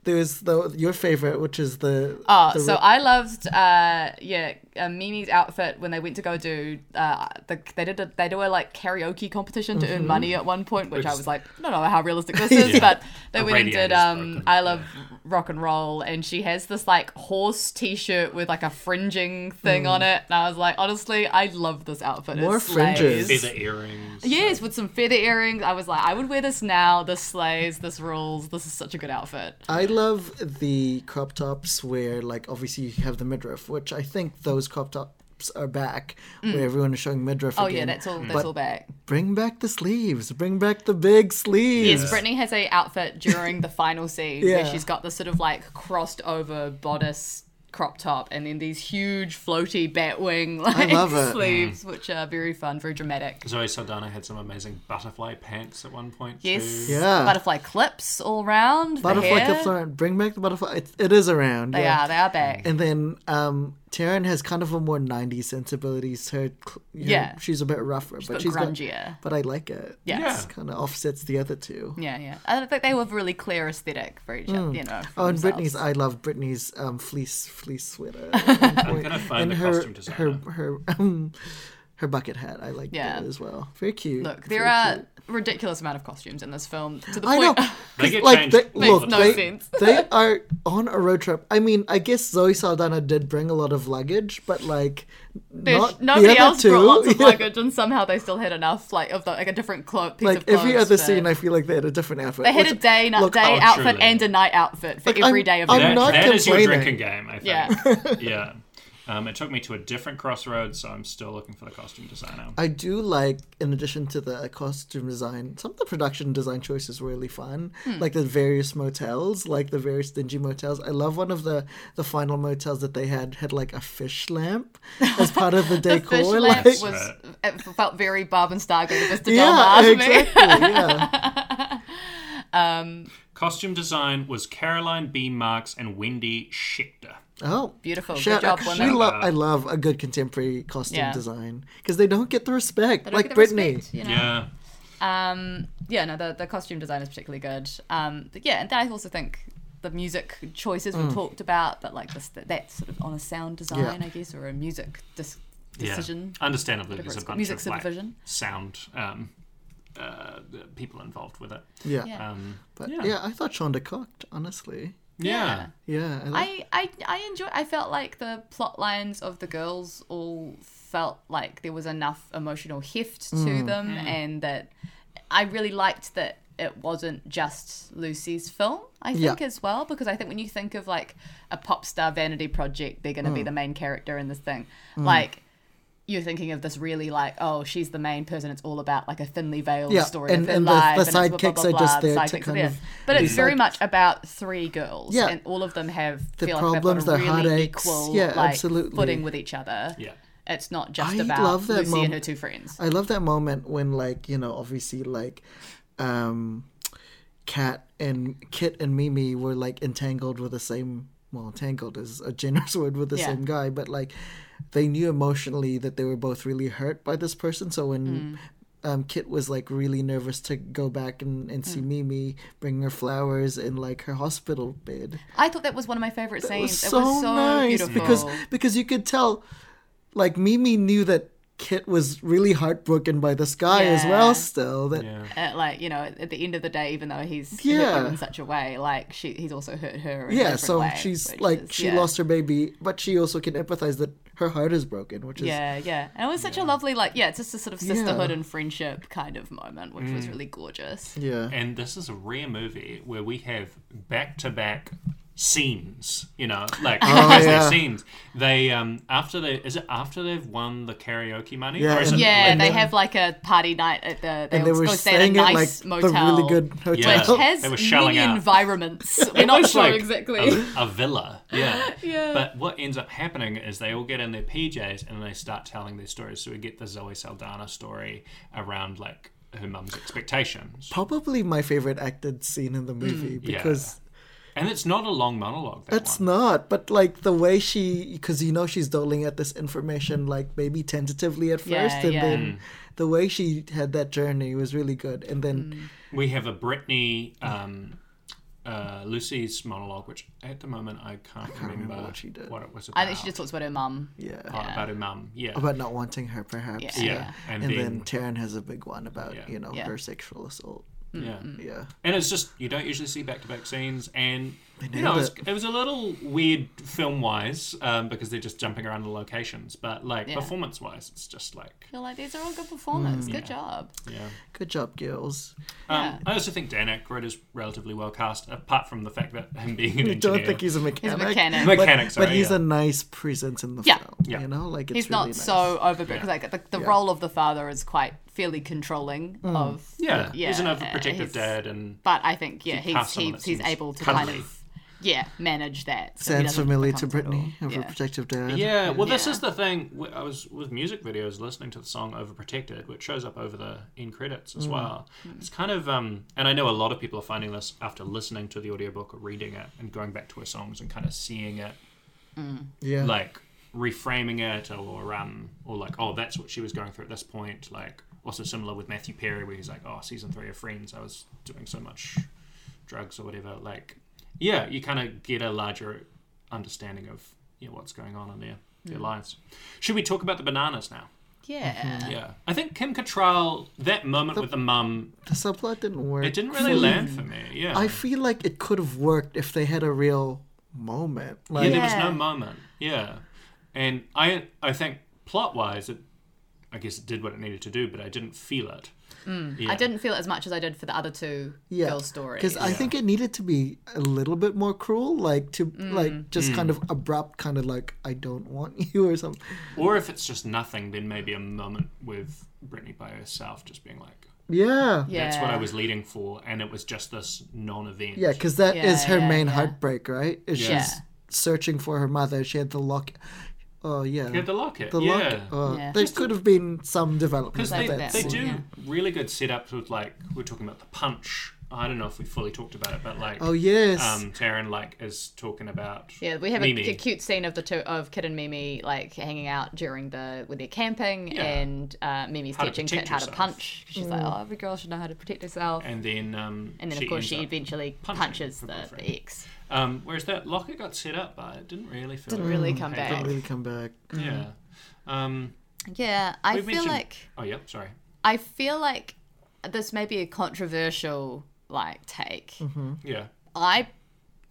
There's the your favorite, which is the
Oh,
the
so
ri-
I loved, uh, yeah, uh, Mimi's outfit when they went to go do uh, the they did a, they do a like karaoke competition to
Mm-hmm.
earn money at one point, which I
Which-
was like, I don't know how
[LAUGHS]
realistic this is,
Yeah.
but they
The
went and
radio's
did um,
broken,
I love rock and roll, and she has this like horse T-shirt with like a fringing thing on it, and I was like, honestly, I love this outfit. It
Mm. More
slays.
fringes.
feather earrings.
Yes, with some feather earrings. I was like, I would wear this now. This slays. This rules. This is such a good outfit.
I love the crop tops where, like, obviously you have the midriff, which I think those crop tops are back, where everyone is showing midriff.
Mm. Oh
again.
yeah, that's all. That's
But
all back.
Bring back the sleeves. Bring back the big sleeves.
Yes, Brittany has a outfit during
[LAUGHS]
the final scene where
Yeah.
she's got this sort of like crossed over bodice crop top and then these huge floaty bat wing [LAUGHS] like
love it. Mm.
sleeves, which are very fun, very dramatic.
Zoe Saldana had some amazing butterfly pants at one point.
Yes.
too.
Yeah.
Butterfly clips all round.
Butterfly
the hair.
clips aren't. Bring back the butterfly. It, it is around.
They
yeah.
are, they are back.
And then um Taryn has kind of a more 90s sensibilities. Her, cl- her-
Yeah.
she's a bit rougher, but
bit
she's got-
grungier.
but I like it.
Yes.
Yeah.
kind of offsets the other two.
Yeah, yeah. I think they have a really clear aesthetic for each other, you know. for
Oh, and
themselves.
Brittany's, I love Brittany's um, fleece fleece
[LAUGHS]
sweater. at one point.
gonna find
and
the
her,
costume
her
designer.
her um, her bucket hat. I like
Yeah.
that as well. Very cute.
Look, there
Very
are
cute.
ridiculous amount of costumes in this film to the
I know.
[LAUGHS] point
'cause,
get
like,
changed
they,
all
look,
the time.
they,
Makes
they are on a road trip. I mean, I guess Zoe Saldana did bring a lot of luggage, but like,
There's-
not
nobody
the other
else
two.
brought lots of
[LAUGHS] Yeah.
luggage, and somehow they still had enough, like of the, like a different clo- piece
Like
of clothes.
every other
to-
scene, I feel like they had a different outfit.
they had a
which-
day, not
look,
day
oh,
outfit
truly.
and a night outfit for
Like,
every
I'm-
day of
I'm
the
[LAUGHS] That,
week.
not
that is your
complaining.
drinking game, I
[LAUGHS]
think. [LAUGHS]
Yeah,
yeah. Um, it took me to a different crossroads, so I'm still looking for the costume designer.
I do like, in addition to the costume design, some of the production design choices were really fun.
Hmm.
Like the various motels, like the various dingy motels. I love one of the the final motels that they had had like a fish
[LAUGHS]
lamp as part of the
the
decor.
fish lamp
like,
was it felt very Barb and Star Go to Mr. Delmar to me.
exactly. Yeah,
Costume design was Caroline B. Marks and Wendy Schechter.
oh,
[LAUGHS] Beautiful. Good
Shout
job,
I actually
women.
love. I love a good contemporary costume
Yeah.
design because they don't get the respect
Look
like
at the
Britney.
respect, you know?
Yeah.
Um, yeah, no, the, the costume design is particularly good. Um, but yeah, and then I also think the music choices
Mm.
we talked about, but like this, that, that's sort of on a sound design, I guess, or a music dis- decision.
Yeah. Understandably,
Whatever
there's
it's
a
called.
bunch
Music
of like,
supervision.
sound um, uh, the people involved with it.
Yeah.
Yeah.
Um,
but yeah.
Yeah.
I thought Shonda cooked honestly.
yeah.
Yeah, I, like-
I, I I enjoy. I felt like the plot lines of the girls all felt like there was enough emotional heft to
Mm.
them, and that I really liked that it wasn't just Lucy's film. I
Yeah.
think as well because I think when you think of like a pop star vanity project, they're going to be
Mm.
the main character in this thing, like. You're thinking of this really like, oh, she's the main person. It's all about like a thinly veiled
Yeah,
story
and-
of her
and the- the
life. and it's blah,
sidekicks
blah,
are
blah,
just
the
there to
sidekicks are
kind
there.
of
But it's
be
very
side-
much about three girls,
Yeah.
and all of them have
The
feel
problems, their
like they've got a really
heartaches,
equal
yeah,
like,
absolutely.
footing with each other.
Yeah.
It's not just
I
about
love that
Lucy
mom-
and her two friends.
I love that moment when like, you know, obviously like um Kat and Kit and Mimi were like entangled with the same well, entangled is a generous [LAUGHS] word with the
Yeah.
same guy, but like they knew emotionally that they were both really hurt by this person. So when um, Kit was like really nervous to go back and, and see Mimi, bring her flowers in like her hospital bed.
I thought that was one of my favorite
It
scenes.
was
It
so,
was so
nice
beautiful.
because because you could tell, like Mimi knew that Kit was really heartbroken by this guy as
Yeah.
well. Still, that
Yeah.
Uh, like you know, at the end of the day, even though he's hurt
Yeah.
you in such a way, like she, he's also hurt her. In a
yeah
different
so
way,
she's
which
like
is-
she
yeah.
lost her baby but she also can empathize that her heart is broken which is
Yeah, yeah, and it was such a lovely, like, yeah, it's just a sort of sisterhood and friendship kind of moment, which was really gorgeous.
yeah
And this is a rare movie where we have back to back scenes. You know, like because they're
Oh, yeah.
scenes. They um after they is it after they've won the karaoke money?
Yeah,
Or is
and-
it,
Yeah,
like,
they have like a party night at the. They,
and they
all
were
go stay at a
saying it like
nice
the
motel.
really good [LAUGHS]
Yeah.
hotel
Which has
They were shelling
many
out. [LAUGHS]
environments. We're [LAUGHS] not
It's
sure
like um,
exactly.
A, a villa.
[LAUGHS]
Yeah. But what ends up happening is they all get in their PJs and they start telling their stories. So we get the Zoe Saldana story around like her mum's expectations.
probably my favorite acted scene in the movie
Mm.
because
And it's not a long monologue. That
it's
one.
not but like the way she because you know she's doling at this information like maybe tentatively at first
Yeah,
and
yeah.
Mm.
then the way she had that journey was really good and then
We have a Brittany um, uh, Lucy's monologue, which at the moment I can't, remember,
what she did.
what it was about.
I think she just talks about her mum.
yeah,
Oh, about her mum. Yeah.
About not wanting her, perhaps.
Mm. Yeah.
yeah.
And,
And,
then
then,
Taryn has a big one about,
Yeah.
you know,
Yeah.
her sexual assault.
yeah.
Yeah.
And it's just you don't usually see back to back scenes, and you
nailed
know it was,
it.
it was a little weird film wise um, because they're just jumping around the locations, but like performance wise, it's just like
You're like, these are all good
Mm.
performers. Good job.
yeah.
Good job, girls.
Um, I also think Dan Aykroyd is relatively well cast, apart from the fact that him being an
I
engineer.
don't think he's a mechanic.
mechanic.
But,
Mechanic, sorry,
but he's
yeah.
a nice presence in the
Yeah.
film.
Yeah.
You know, like it's
He's
really
not
nice.
so over because
Yeah.
like the, the role of the father is quite fairly controlling
Mm.
of
yeah,
yeah,
he's an
uh,
overprotective
he's-
dad, and
but I think yeah
He
he's
casts someone
he's,
that
he's
seems
able to kind
cuddly.
of yeah manage that so he
Sounds
doesn't
familiar
become
to Brittany,
total-
of her
yeah.
protective dad.
Yeah, well, this
Yeah.
is the thing. W- I was with music videos listening to the song "Overprotected," which shows up over the end credits as well. It's kind of, um, and I know a lot of people are finding this after listening to the audiobook or reading it and going back to her songs and kind of seeing it,
Yeah.
like reframing it, or um, or like, oh, that's what she was going through at this point. Like, also similar with Matthew Perry, where he's like, oh, season three of Friends, I was doing so much drugs or whatever. Like, yeah, you kind of get a larger understanding of you know, what's going on in their their lives. Should we talk about the bananas now?
yeah
Mm-hmm.
Yeah, I think Kim Cattrall that moment with the mum,
the subplot didn't work.
it didn't really
fully.
land for me. Yeah,
I feel like it could have worked if they had a real moment.
yeah,
Like
there was
Oh, Yeah.
no moment. Yeah, and I I think plot wise, it I guess it did what it needed to do, but I didn't feel it. Yeah.
Mm. I didn't feel it as much as I did for the other two
yeah.
girl stories
Because I think it needed to be a little bit more cruel, like to
Mm.
like just kind
Mm.
of abrupt, kind of like I don't want [LAUGHS] you or something.
Or if it's just nothing, then maybe a moment with Brittany by herself, just being like,
Yeah.
yeah.
"That's what I was leading for," and it was just this non-event.
Yeah, because that is her
yeah,
main
yeah.
heartbreak, right? Is
Yeah.
she's searching for her mother. She had the lock. Oh yeah,
yeah, the locket.
the
yeah.
lock. Oh,
Yeah.
There could have been some development.
Because
with
they,
that
they
scene.
do really good setups with like we're talking about the punch. I don't know if we fully talked about it, but like
Oh yes.
um Taryn like is talking about
yeah, we have a,
Mimi.
a cute scene of the two of Kid and Mimi like hanging out during the when they're camping,
Yeah.
and uh, Mimi's
How to
teaching Kit
protect
how to
yourself.
punch. 'cause She's like, oh, every girl should know how to protect herself.
and then um
And then of course
ends
she
up-
eventually
punching
punches
her
the,
boyfriend.
the ex.
um whereas that locket got set up but it didn't really feel
Didn't really come
paid
back.
off.
really come back.
Yeah. Um
Yeah, I
we
feel
mentioned-
like
Oh yeah, sorry.
I feel like this may be a controversial like take.
Yeah.
I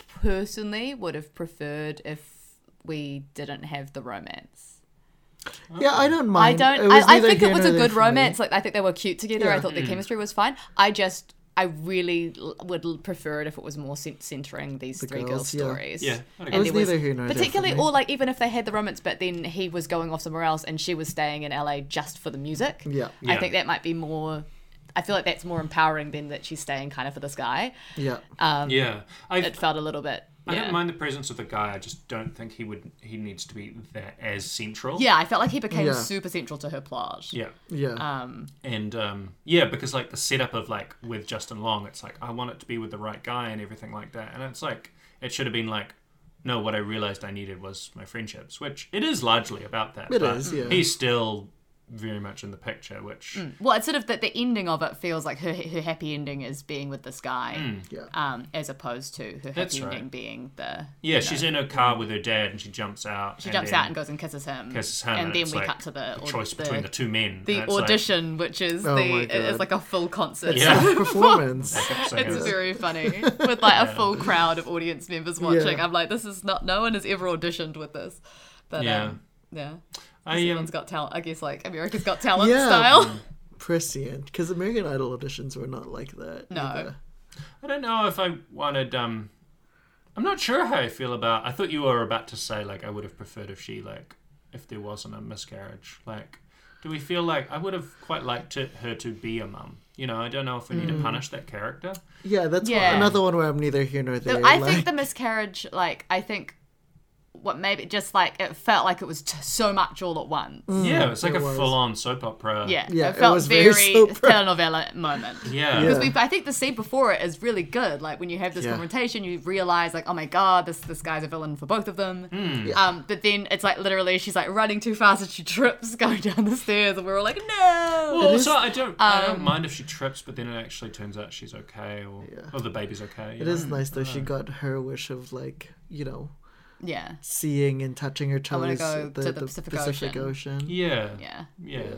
personally would have preferred if we didn't have the romance.
Oh.
Yeah, I don't
I
mind.
don't.
It was
I, I
neither
think it
here
was
nor
a
there
good
for me.
romance. Like I think they were cute together. I
Yeah. Mm.
thought their chemistry was fine. I just. I really l- would l- prefer it if it was more cent- centering these three girls',
girls, yeah.
stories.
Yeah, I'd agree.
and
was
there was
neither here nor there for
particularly,
me.
or like even if they had the romance, but then he was going off somewhere else and she was staying in LA just for the music.
Yeah.
I
Yeah.
think that might be more. I feel like that's more empowering than that she's staying kind of for this guy.
Yeah.
Uh,
yeah. I
It felt a little bit.
I
yeah.
don't mind the presence of the guy. I just don't think he would he needs to be that as central.
Yeah, I felt like he became
Yeah.
super central to her plot.
Yeah.
yeah.
and um, yeah, because like the setup of like with Justin Long, it's like I want it to be with the right guy and everything like that, and it's like it should have been like no, what I realized I needed was my friendships, which it is largely about that.
It
It is.
is, yeah.
He's still very much in the picture, which
Well, it's sort of that the ending of it feels like her her happy ending is being with this guy,
Yeah.
um, as opposed to her happy
Hmm. That's right.
ending being the
yeah, she's in her car with her dad, and she jumps out.
she jumps out and goes and kisses him,
kisses him,
and,
and
then
it's
we
like
cut to the,
the choice between the two men.
the
and it's like-
audition, which is
Oh my
the it
God.
is like a full concert. [LAUGHS]
yeah,
Performance.
So
It's
good.
[LAUGHS]
very funny with like a full crowd of audience members watching.
Yeah.
I'm like, this is not. No one has ever auditioned with this, but yeah,
Yeah.
um, yeah.
I um, Mm.
Everyone's got talent. I guess like America's Got Talent
Yeah.
style.
Prescient. Because American Idol auditions were not like that.
[LAUGHS] No.
either.
I don't know if I wanted. um I'm not sure how I feel about. I thought you were about to say like I would have preferred if she like if there wasn't a miscarriage. Like, do we feel like I would have quite liked to, her to be a mum? You know, I don't know if we need
Mm.
to punish that character.
Yeah, that's one-
Yeah.
another one where I'm neither here nor there.
I
like-
think the miscarriage, like I think, what maybe just like it felt like it was t- so much all at once.
yeah, it's like
it
a
was.
full-on soap opera.
Mm. Yeah,
Mm. Yeah,
it
it
felt
was very [LAUGHS]
very,
sober.
telenovela moment.
Yeah.
Yeah.
Because we, I think the scene before it is really good. Like when you have this
Yeah.
confrontation, you realize like, oh my god, this this guy's a villain for both of them. Um, but then it's like literally she's like running too fast and she trips [LAUGHS] going down the stairs, and we're all like, no.
Well, also, Oh, I don't, I
Um,
don't mind if she trips, but then it actually turns out she's okay, or, or the baby's okay.
It is nice though she got her wish of like, you know,
Yeah,
seeing and touching her
wanna
toes
go
at the,
to
the
the Pacific
Ocean.
Yeah.
yeah.
Yeah.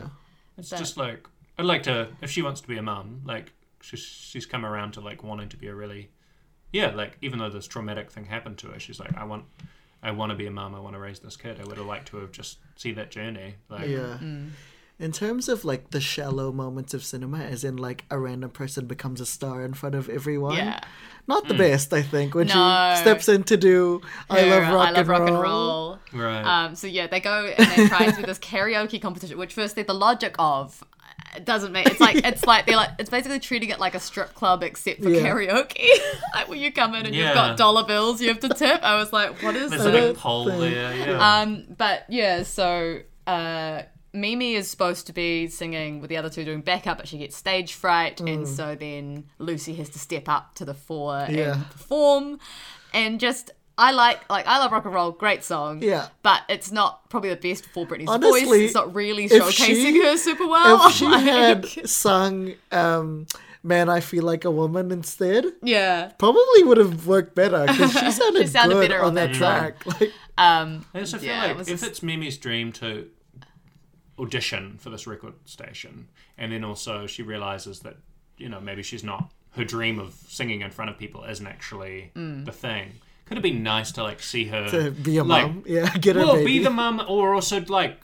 It's just like I'd like to if she wants to be a mum, like she's she's come around to like wanting to be a really yeah, like even though this traumatic thing happened to her, she's like I want I want to be a mum. I want to raise this kid. I would have liked to have just see that journey. Like
Yeah.
Mm.
In terms of like the shallow moments of cinema, as in like a random person becomes a star in front of everyone,
Yeah. Mm.
not the best, I think, when
No.
she steps in to do I
Her,
Love Rock,
I love
and,
rock
roll.
and roll.
right.
Um, so yeah, they go and they try to do this karaoke competition, which firstly the logic of uh, doesn't
[LAUGHS]
make it's like it's like they're like it's basically treating it like a strip club except for
Yeah.
karaoke. [LAUGHS] like when you come in and you've
Yeah.
got dollar bills you have to tip. I was like, what is
There's
this?
a big pole there. Yeah.
Um, but yeah, so uh, Mimi is supposed to be singing with the other two doing backup, but she gets stage fright,
Mm.
and so then Lucy has to step up to the fore
Yeah.
and perform, and just. I like like I love rock and roll, great song.
Yeah.
but it's not probably the best for Britney's voice.
Honestly,
It's not really
if
showcasing
she-
her super well.
If she
[LAUGHS] Like,
had sung um, Man, I Feel Like a Woman instead,
yeah,
probably would have worked better because
[LAUGHS]
she sounded,
sounded
good
better
on
on
that
that
track. [LAUGHS] Like,
Um,
I also feel
yeah, it
like
was
if
just-
it's Mimi's dream to audition for this record station, and then also she realizes that you know maybe she's not her dream of singing in front of people isn't actually
Mm.
the thing. Could have been nice to like see her
to be a
like,
mom, yeah, get her
Well,
baby.
be the mum, or also like.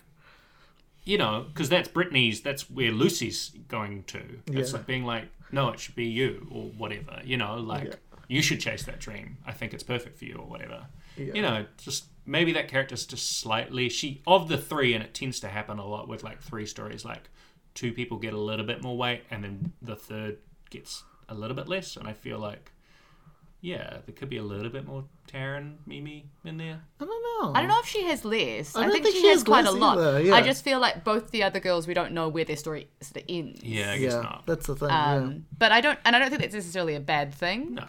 You know, because that's Britney's. That's where Lucy's going to. It's
Yeah.
like being like, no, it should be you or whatever. You know, like you should chase that dream. I think it's perfect for you or whatever. You know, just maybe that character's just slightly she of the three, and it tends to happen a lot with like three stories. Like two people get a little bit more weight, and then the third gets a little bit less. And I feel like, yeah, there could be a little bit more Taryn Mimi in there.
I don't know.
I don't know if she has less. I,
don't
think,
think
she,
she
has,
has
quite a
less
lot.
either, yeah.
I just feel like both the other girls, we don't know where their story sort of ends.
Yeah, I guess
Yeah,
not.
that's the thing. yeah.
Um, but I don't, and I don't think that's necessarily a bad thing.
No.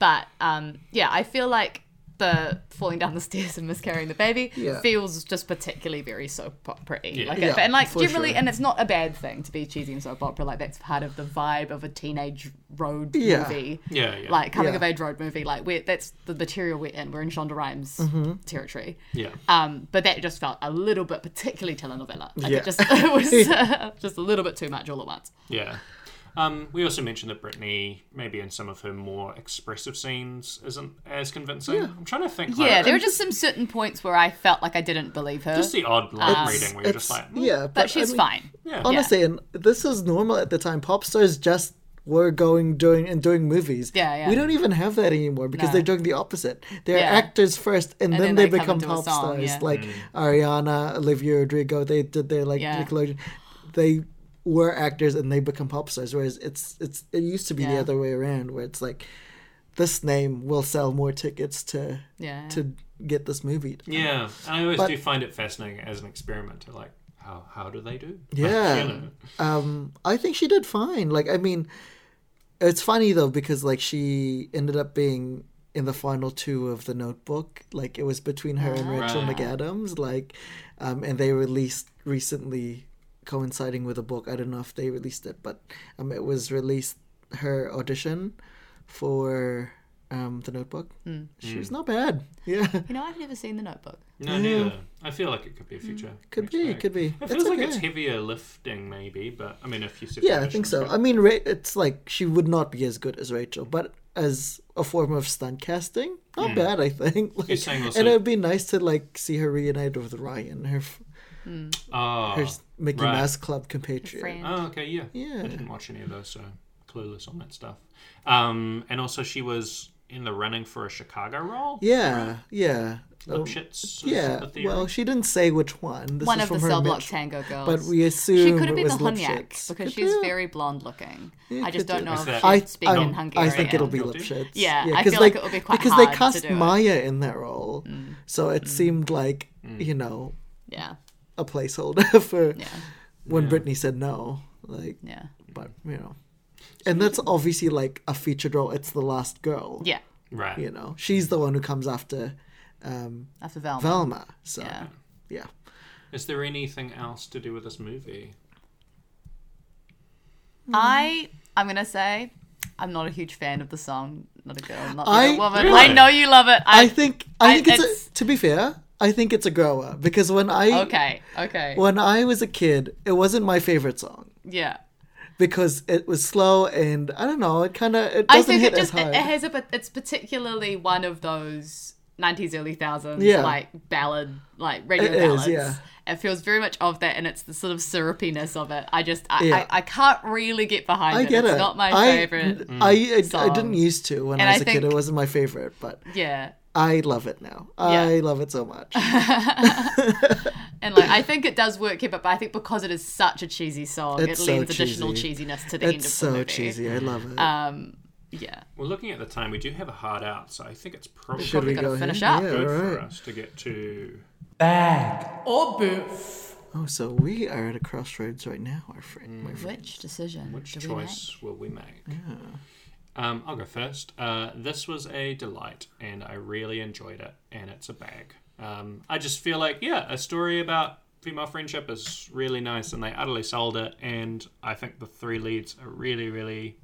But um, yeah, I feel like the falling down the stairs and miscarrying the baby
Yeah.
feels just particularly very soap opera
Yeah.
Like,
Yeah,
and like
for
generally,
sure.
and it's not a bad thing to be cheesy and soap opera. Like that's part of the vibe of a teenage road
Yeah.
movie.
Yeah, yeah.
Like coming
Yeah.
of age road movie. Like we're, that's the material we're in. We're in Shonda Rhimes
Mm-hmm.
territory.
Yeah.
Um, but that just felt a little bit particularly telenovela. Like
Yeah.
it just [LAUGHS]
[LAUGHS]
it was uh, just a little bit too much all at once.
Yeah. Um, we also mentioned that Brittany, maybe in some of her more expressive scenes, isn't as convincing. I'm trying to think.
Yeah,
like,
there were just some certain points where I felt like I didn't believe her,
just the odd line reading where you're
It's-
just like, mm,
yeah, but,
but
I
she's
mean,
fine.
yeah,
Honestly, and this is normal at the time. Pop stars just were going doing and doing movies.
Yeah, yeah.
We don't even have that anymore because they're doing the opposite. They're
Yeah.
actors first, and, then,
then
they,
they
become
come and do a
pop
song,
stars
yeah.
like Ariana, Olivia Rodrigo. They did their like
Yeah.
Nickelodeon. They were actors and they become pop stars. Whereas it's it's it used to be the
Yeah.
other way around, where it's like this name will sell more tickets to
Yeah.
to get this movie.
yeah. And I always
But-
do find it fascinating as an experiment to like, how how do they do?
Yeah.
you know.
Um, I think she did fine. Like, I mean, it's funny though because like she ended up being in the final two of the Notebook. Like it was between her and Rachel
Right.
McAdams. Like, um, and they released recently, coinciding with a book. I don't know if they released it, but um, it was released her audition for um the Notebook. She was not bad. Yeah,
You know, I've never seen The Notebook.
No, neither. I feel like it could
Mm.
be a future.
could be, could be.
It
It's
feels like
okay.
it's heavier lifting, maybe, but I mean, if you
Yeah, I think so. I mean, Ra- it's like she would not be as good as Rachel, but as a form of stunt casting, not bad, I think. [LAUGHS] Like,
Hmm. saying also-
and it would be nice to like see her reunited with Ryan, her f-
Oh,
her s- Mickey
right.
Mouse Club compatriot.
Friend.
Oh, okay, yeah.
Yeah.
I didn't watch any of those, so clueless on that stuff. Um, and also she was in the running for a Chicago role.
Yeah, yeah,
Oh,
Um,
Lipschitz.
yeah. Well, she didn't say which one. This
One
is
of
from
the
her
cell block
mention-
tango girls.
but we assume
she could have
it
been the
was
Hunyak
Lipschitz.
because
Could
she's
do.
very blonde looking. I
could
just don't
do.
know
Is
if
that-
I,
I,
she'd speak
I'm-
in
I
Hungarian.
think it'll be
You'll do?
Lipschitz.
Yeah, I
'cause,
feel like it would be quite
because they
hard to
cast
do it. Mm.
Maya in that role, so it seemed like
Mm.
you know
Yeah,
a placeholder [LAUGHS] for
yeah,
when Britney said no. Like,
yeah,
but you know, and that's obviously like a featured role. It's the last girl.
yeah.
right.
you know, she's the one who comes after um,
After Velma.
Velma. So yeah.
Yeah.
Is there anything else to do with this movie?
I I'm gonna say I'm not a huge fan of the song. Not a girl, not a
I-
Little woman.
Really?
I know you love it. I,
I think I,
I-
think it's,
it's-
a, to be fair. I think it's a grower because when I
okay, okay,
when I was a kid, it wasn't my favorite song
yeah.
because it was slow and I don't know. It kind of it
I
doesn't
think
hit
it just
as
it,
hard.
it has a but it's particularly one of those 90s early thousands
Yeah.
like ballad like radio
It is,
ballads.
yeah.
It feels very much of that, and it's the sort of syrupiness of it. I just I,
Yeah.
I, I can't really get behind
I
it.
get
it's
it.
not my
I-
favorite.
I I, I
song.
didn't used to when
And
I
I
was a kid. It
think-
wasn't my favorite, but
Yeah,
I love it now. I love it so much.
and like I think it does work here, but I think because it is such a cheesy song,
It's
it
so
lends additional
cheesy.
cheesiness to the end of
it's
the
so
movie.
cheesy. I love it.
Um, yeah,
Well, looking at the time, we do have a hard out, so I think it's probably
Should we
gotta
go
finish
here?
up.
Yeah,
good
all
for
right.
us to get to.
Oh, so we are at a crossroads right now, our friend.
Mm.
My friend.
which decision?
Which
Mm, do we make?
choice will we make? Um, I'll go first. Uh, this was a delight, and I really enjoyed it, and it's a bag. Um, I just feel like, yeah, a story about female friendship is really nice, and they utterly sold it. And I think the three leads are really, really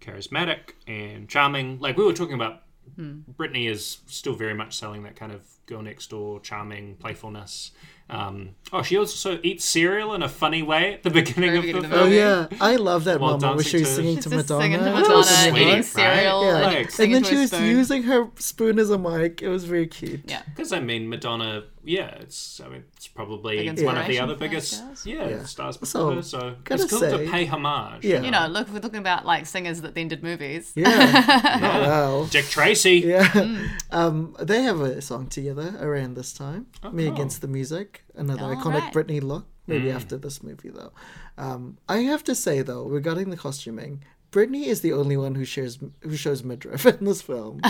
charismatic and charming. Like we were talking about,
Hmm.
Brittany is still very much selling that kind of girl next door charming playfulness. Um, oh, she also eats cereal in a funny way at the beginning of the
beginning of
film.
the
Oh yeah, I love that
While
moment where she
dancing
was
to-
singing
She's
to
just
Madonna.
singing to
That
Madonna,
was
and
sweet,
eating
right?
cereal,
Yeah.
and
Like-
singing
and then
to
she
a
was
spoon.
using her spoon as a mic. It was very cute.
Yeah.
Because I mean, Madonna, yeah, it's I mean, it's probably
Big
one of the
inspiration
other
for those
biggest,
girls.
yeah,
Yeah.
stars
So,
before her. So
gotta
it's cool to
say-
pay homage.
Yeah.
You know, look, if we're talking about like singers that then did movies.
Yeah. Oh,
Yeah. [LAUGHS]
wow.
Dick Tracy.
Yeah.
Mm.
[LAUGHS] Um, they have a song together around this time. Me
cool.
Against the Music, another
Oh, All
iconic
right. Mm.
Britney look. Maybe after this movie though. Um, I have to say though, regarding the costuming. Britney is the only one who shares who shows midriff [LAUGHS] in this
[LAUGHS]
film.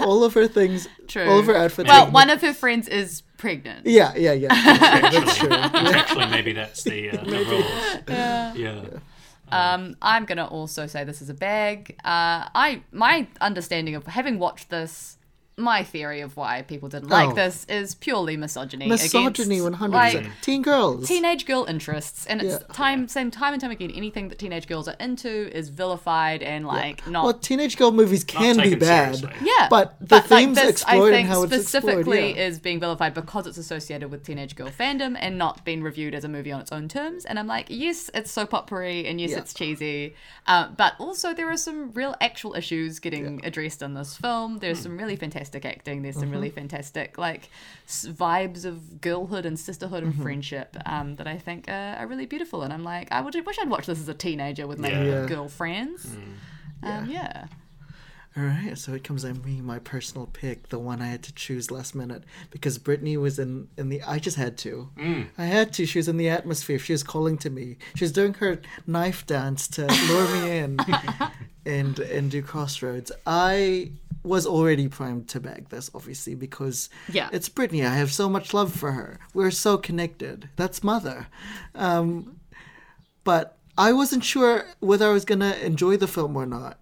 all of her things,
[LAUGHS] True.
all of her outfits.
Well,
are-
one of her friends is pregnant.
Yeah, yeah, yeah.
[LAUGHS]
That's true. Actually, maybe that's the, uh, the rules. [LAUGHS] Yeah.
Um, I'm gonna also say this is a bag. Uh, I my understanding of having watched this, my theory of why people didn't like
Oh.
this is purely misogyny. against,
Misogyny, one hundred percent.
like,
Teen girls.
Teenage girl interests, and it's
Yeah.
time, same time and time again. Anything that teenage girls are into is vilified and like not
well, teenage girl movies can be
taken
bad.
seriously.
Yeah,
But the
like,
themes explored and how it's explored,
specifically
yeah.
is being vilified because it's associated with teenage girl fandom and not being reviewed as a movie on its own terms. And I'm like, yes, it's soap opery, and yes,
Yeah.
it's cheesy, uh, but also there are some real actual issues getting addressed in this film.
Hmm.
There's some really fantastic acting. There's
Mm-hmm.
some really fantastic like s- vibes of girlhood and sisterhood
Mm-hmm.
and friendship um, that I think uh, are really beautiful. And I'm like, I would wish I'd watched this as a teenager with my
Yeah.
girlfriends. Um, yeah.
All right, so it comes at me, my personal pick, the one I had to choose last minute because Brittany was in in the. I just had to. I had to. She was in the atmosphere. She was calling to me. She was doing her knife dance to lure me in, and and do crossroads. I was already primed to bag this, obviously, because
Yeah.
it's Brittany. I have so much love for her. We're so connected. That's mother. Um, but I wasn't sure whether I was gonna enjoy the film or not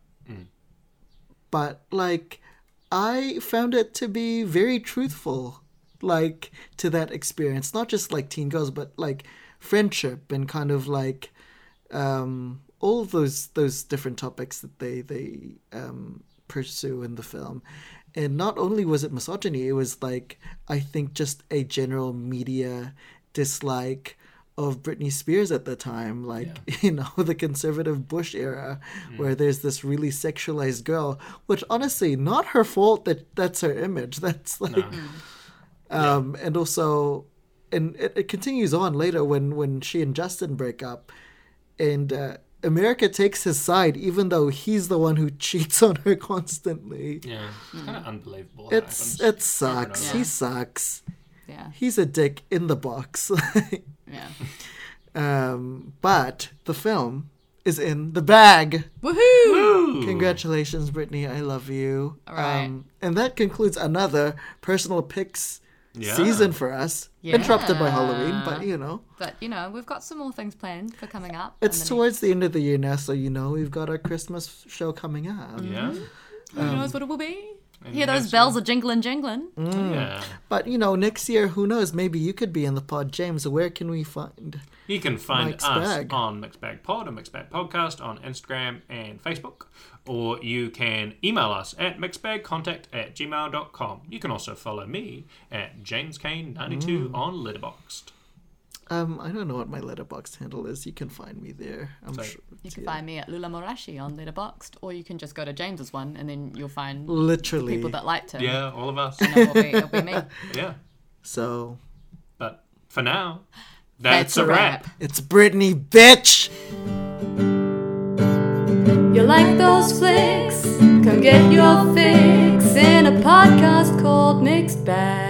but like I found it to be very truthful, like to that experience. Not just like teen girls, but like friendship and kind of like um, all of those those different topics that they they um, pursue in the film. And not only was it misogyny, it was like I think just a general media dislike of Britney Spears at the time, like [LAUGHS] you know the conservative Bush era, where there's this really sexualized girl, which honestly not her fault that that's her image. [LAUGHS] That's like, um, and also, and it, it continues on later when when she and Justin break up, and uh, America takes his side even though he's the one who [LAUGHS] cheats on her constantly.
Yeah, it's kind of unbelievable. that
It's
happens.
it sucks. He sucks.
Yeah.
He's a dick in the box. [LAUGHS]
Yeah.
Um, but the film is in the bag.
Woohoo!
Ooh.
Congratulations, Brittany. I love you. Um,
right.
and that concludes another personal picks
Yeah.
season for us. Interrupted by Halloween, but you know.
But you know, we've got some more things planned for coming up.
It's
in the
towards the end of the year now, so you know we've got our Christmas show coming up.
Yeah.
next- Who knows what it will be?
And
Hear those
that's-
bells are jingling, jingling.
Yeah.
But you know, next year, who knows? Maybe you could be in the pod, James. Where can we find?
You can find
Mike's
us
Bag.
on Mixed Bag Pod and Mixed Bag Podcast on Instagram and Facebook, or you can email us at mixedbagcontact at gmail.com. You can also follow me at JamesKane92 on Letterboxd.
Um, I don't know what my letterbox handle is. You can find me there. I'm sure.
You can find me at Lula Morashi on Letterboxd, or you can just go to James's one and then you'll find
Literally.
people that liked him.
Yeah, all of us.
It'll be, it'll be me.
[LAUGHS] yeah.
So
But for now, that's, a wrap.
it's Brittany, bitch.
You like those flicks? Come get your fix in a podcast called Mixed Bag.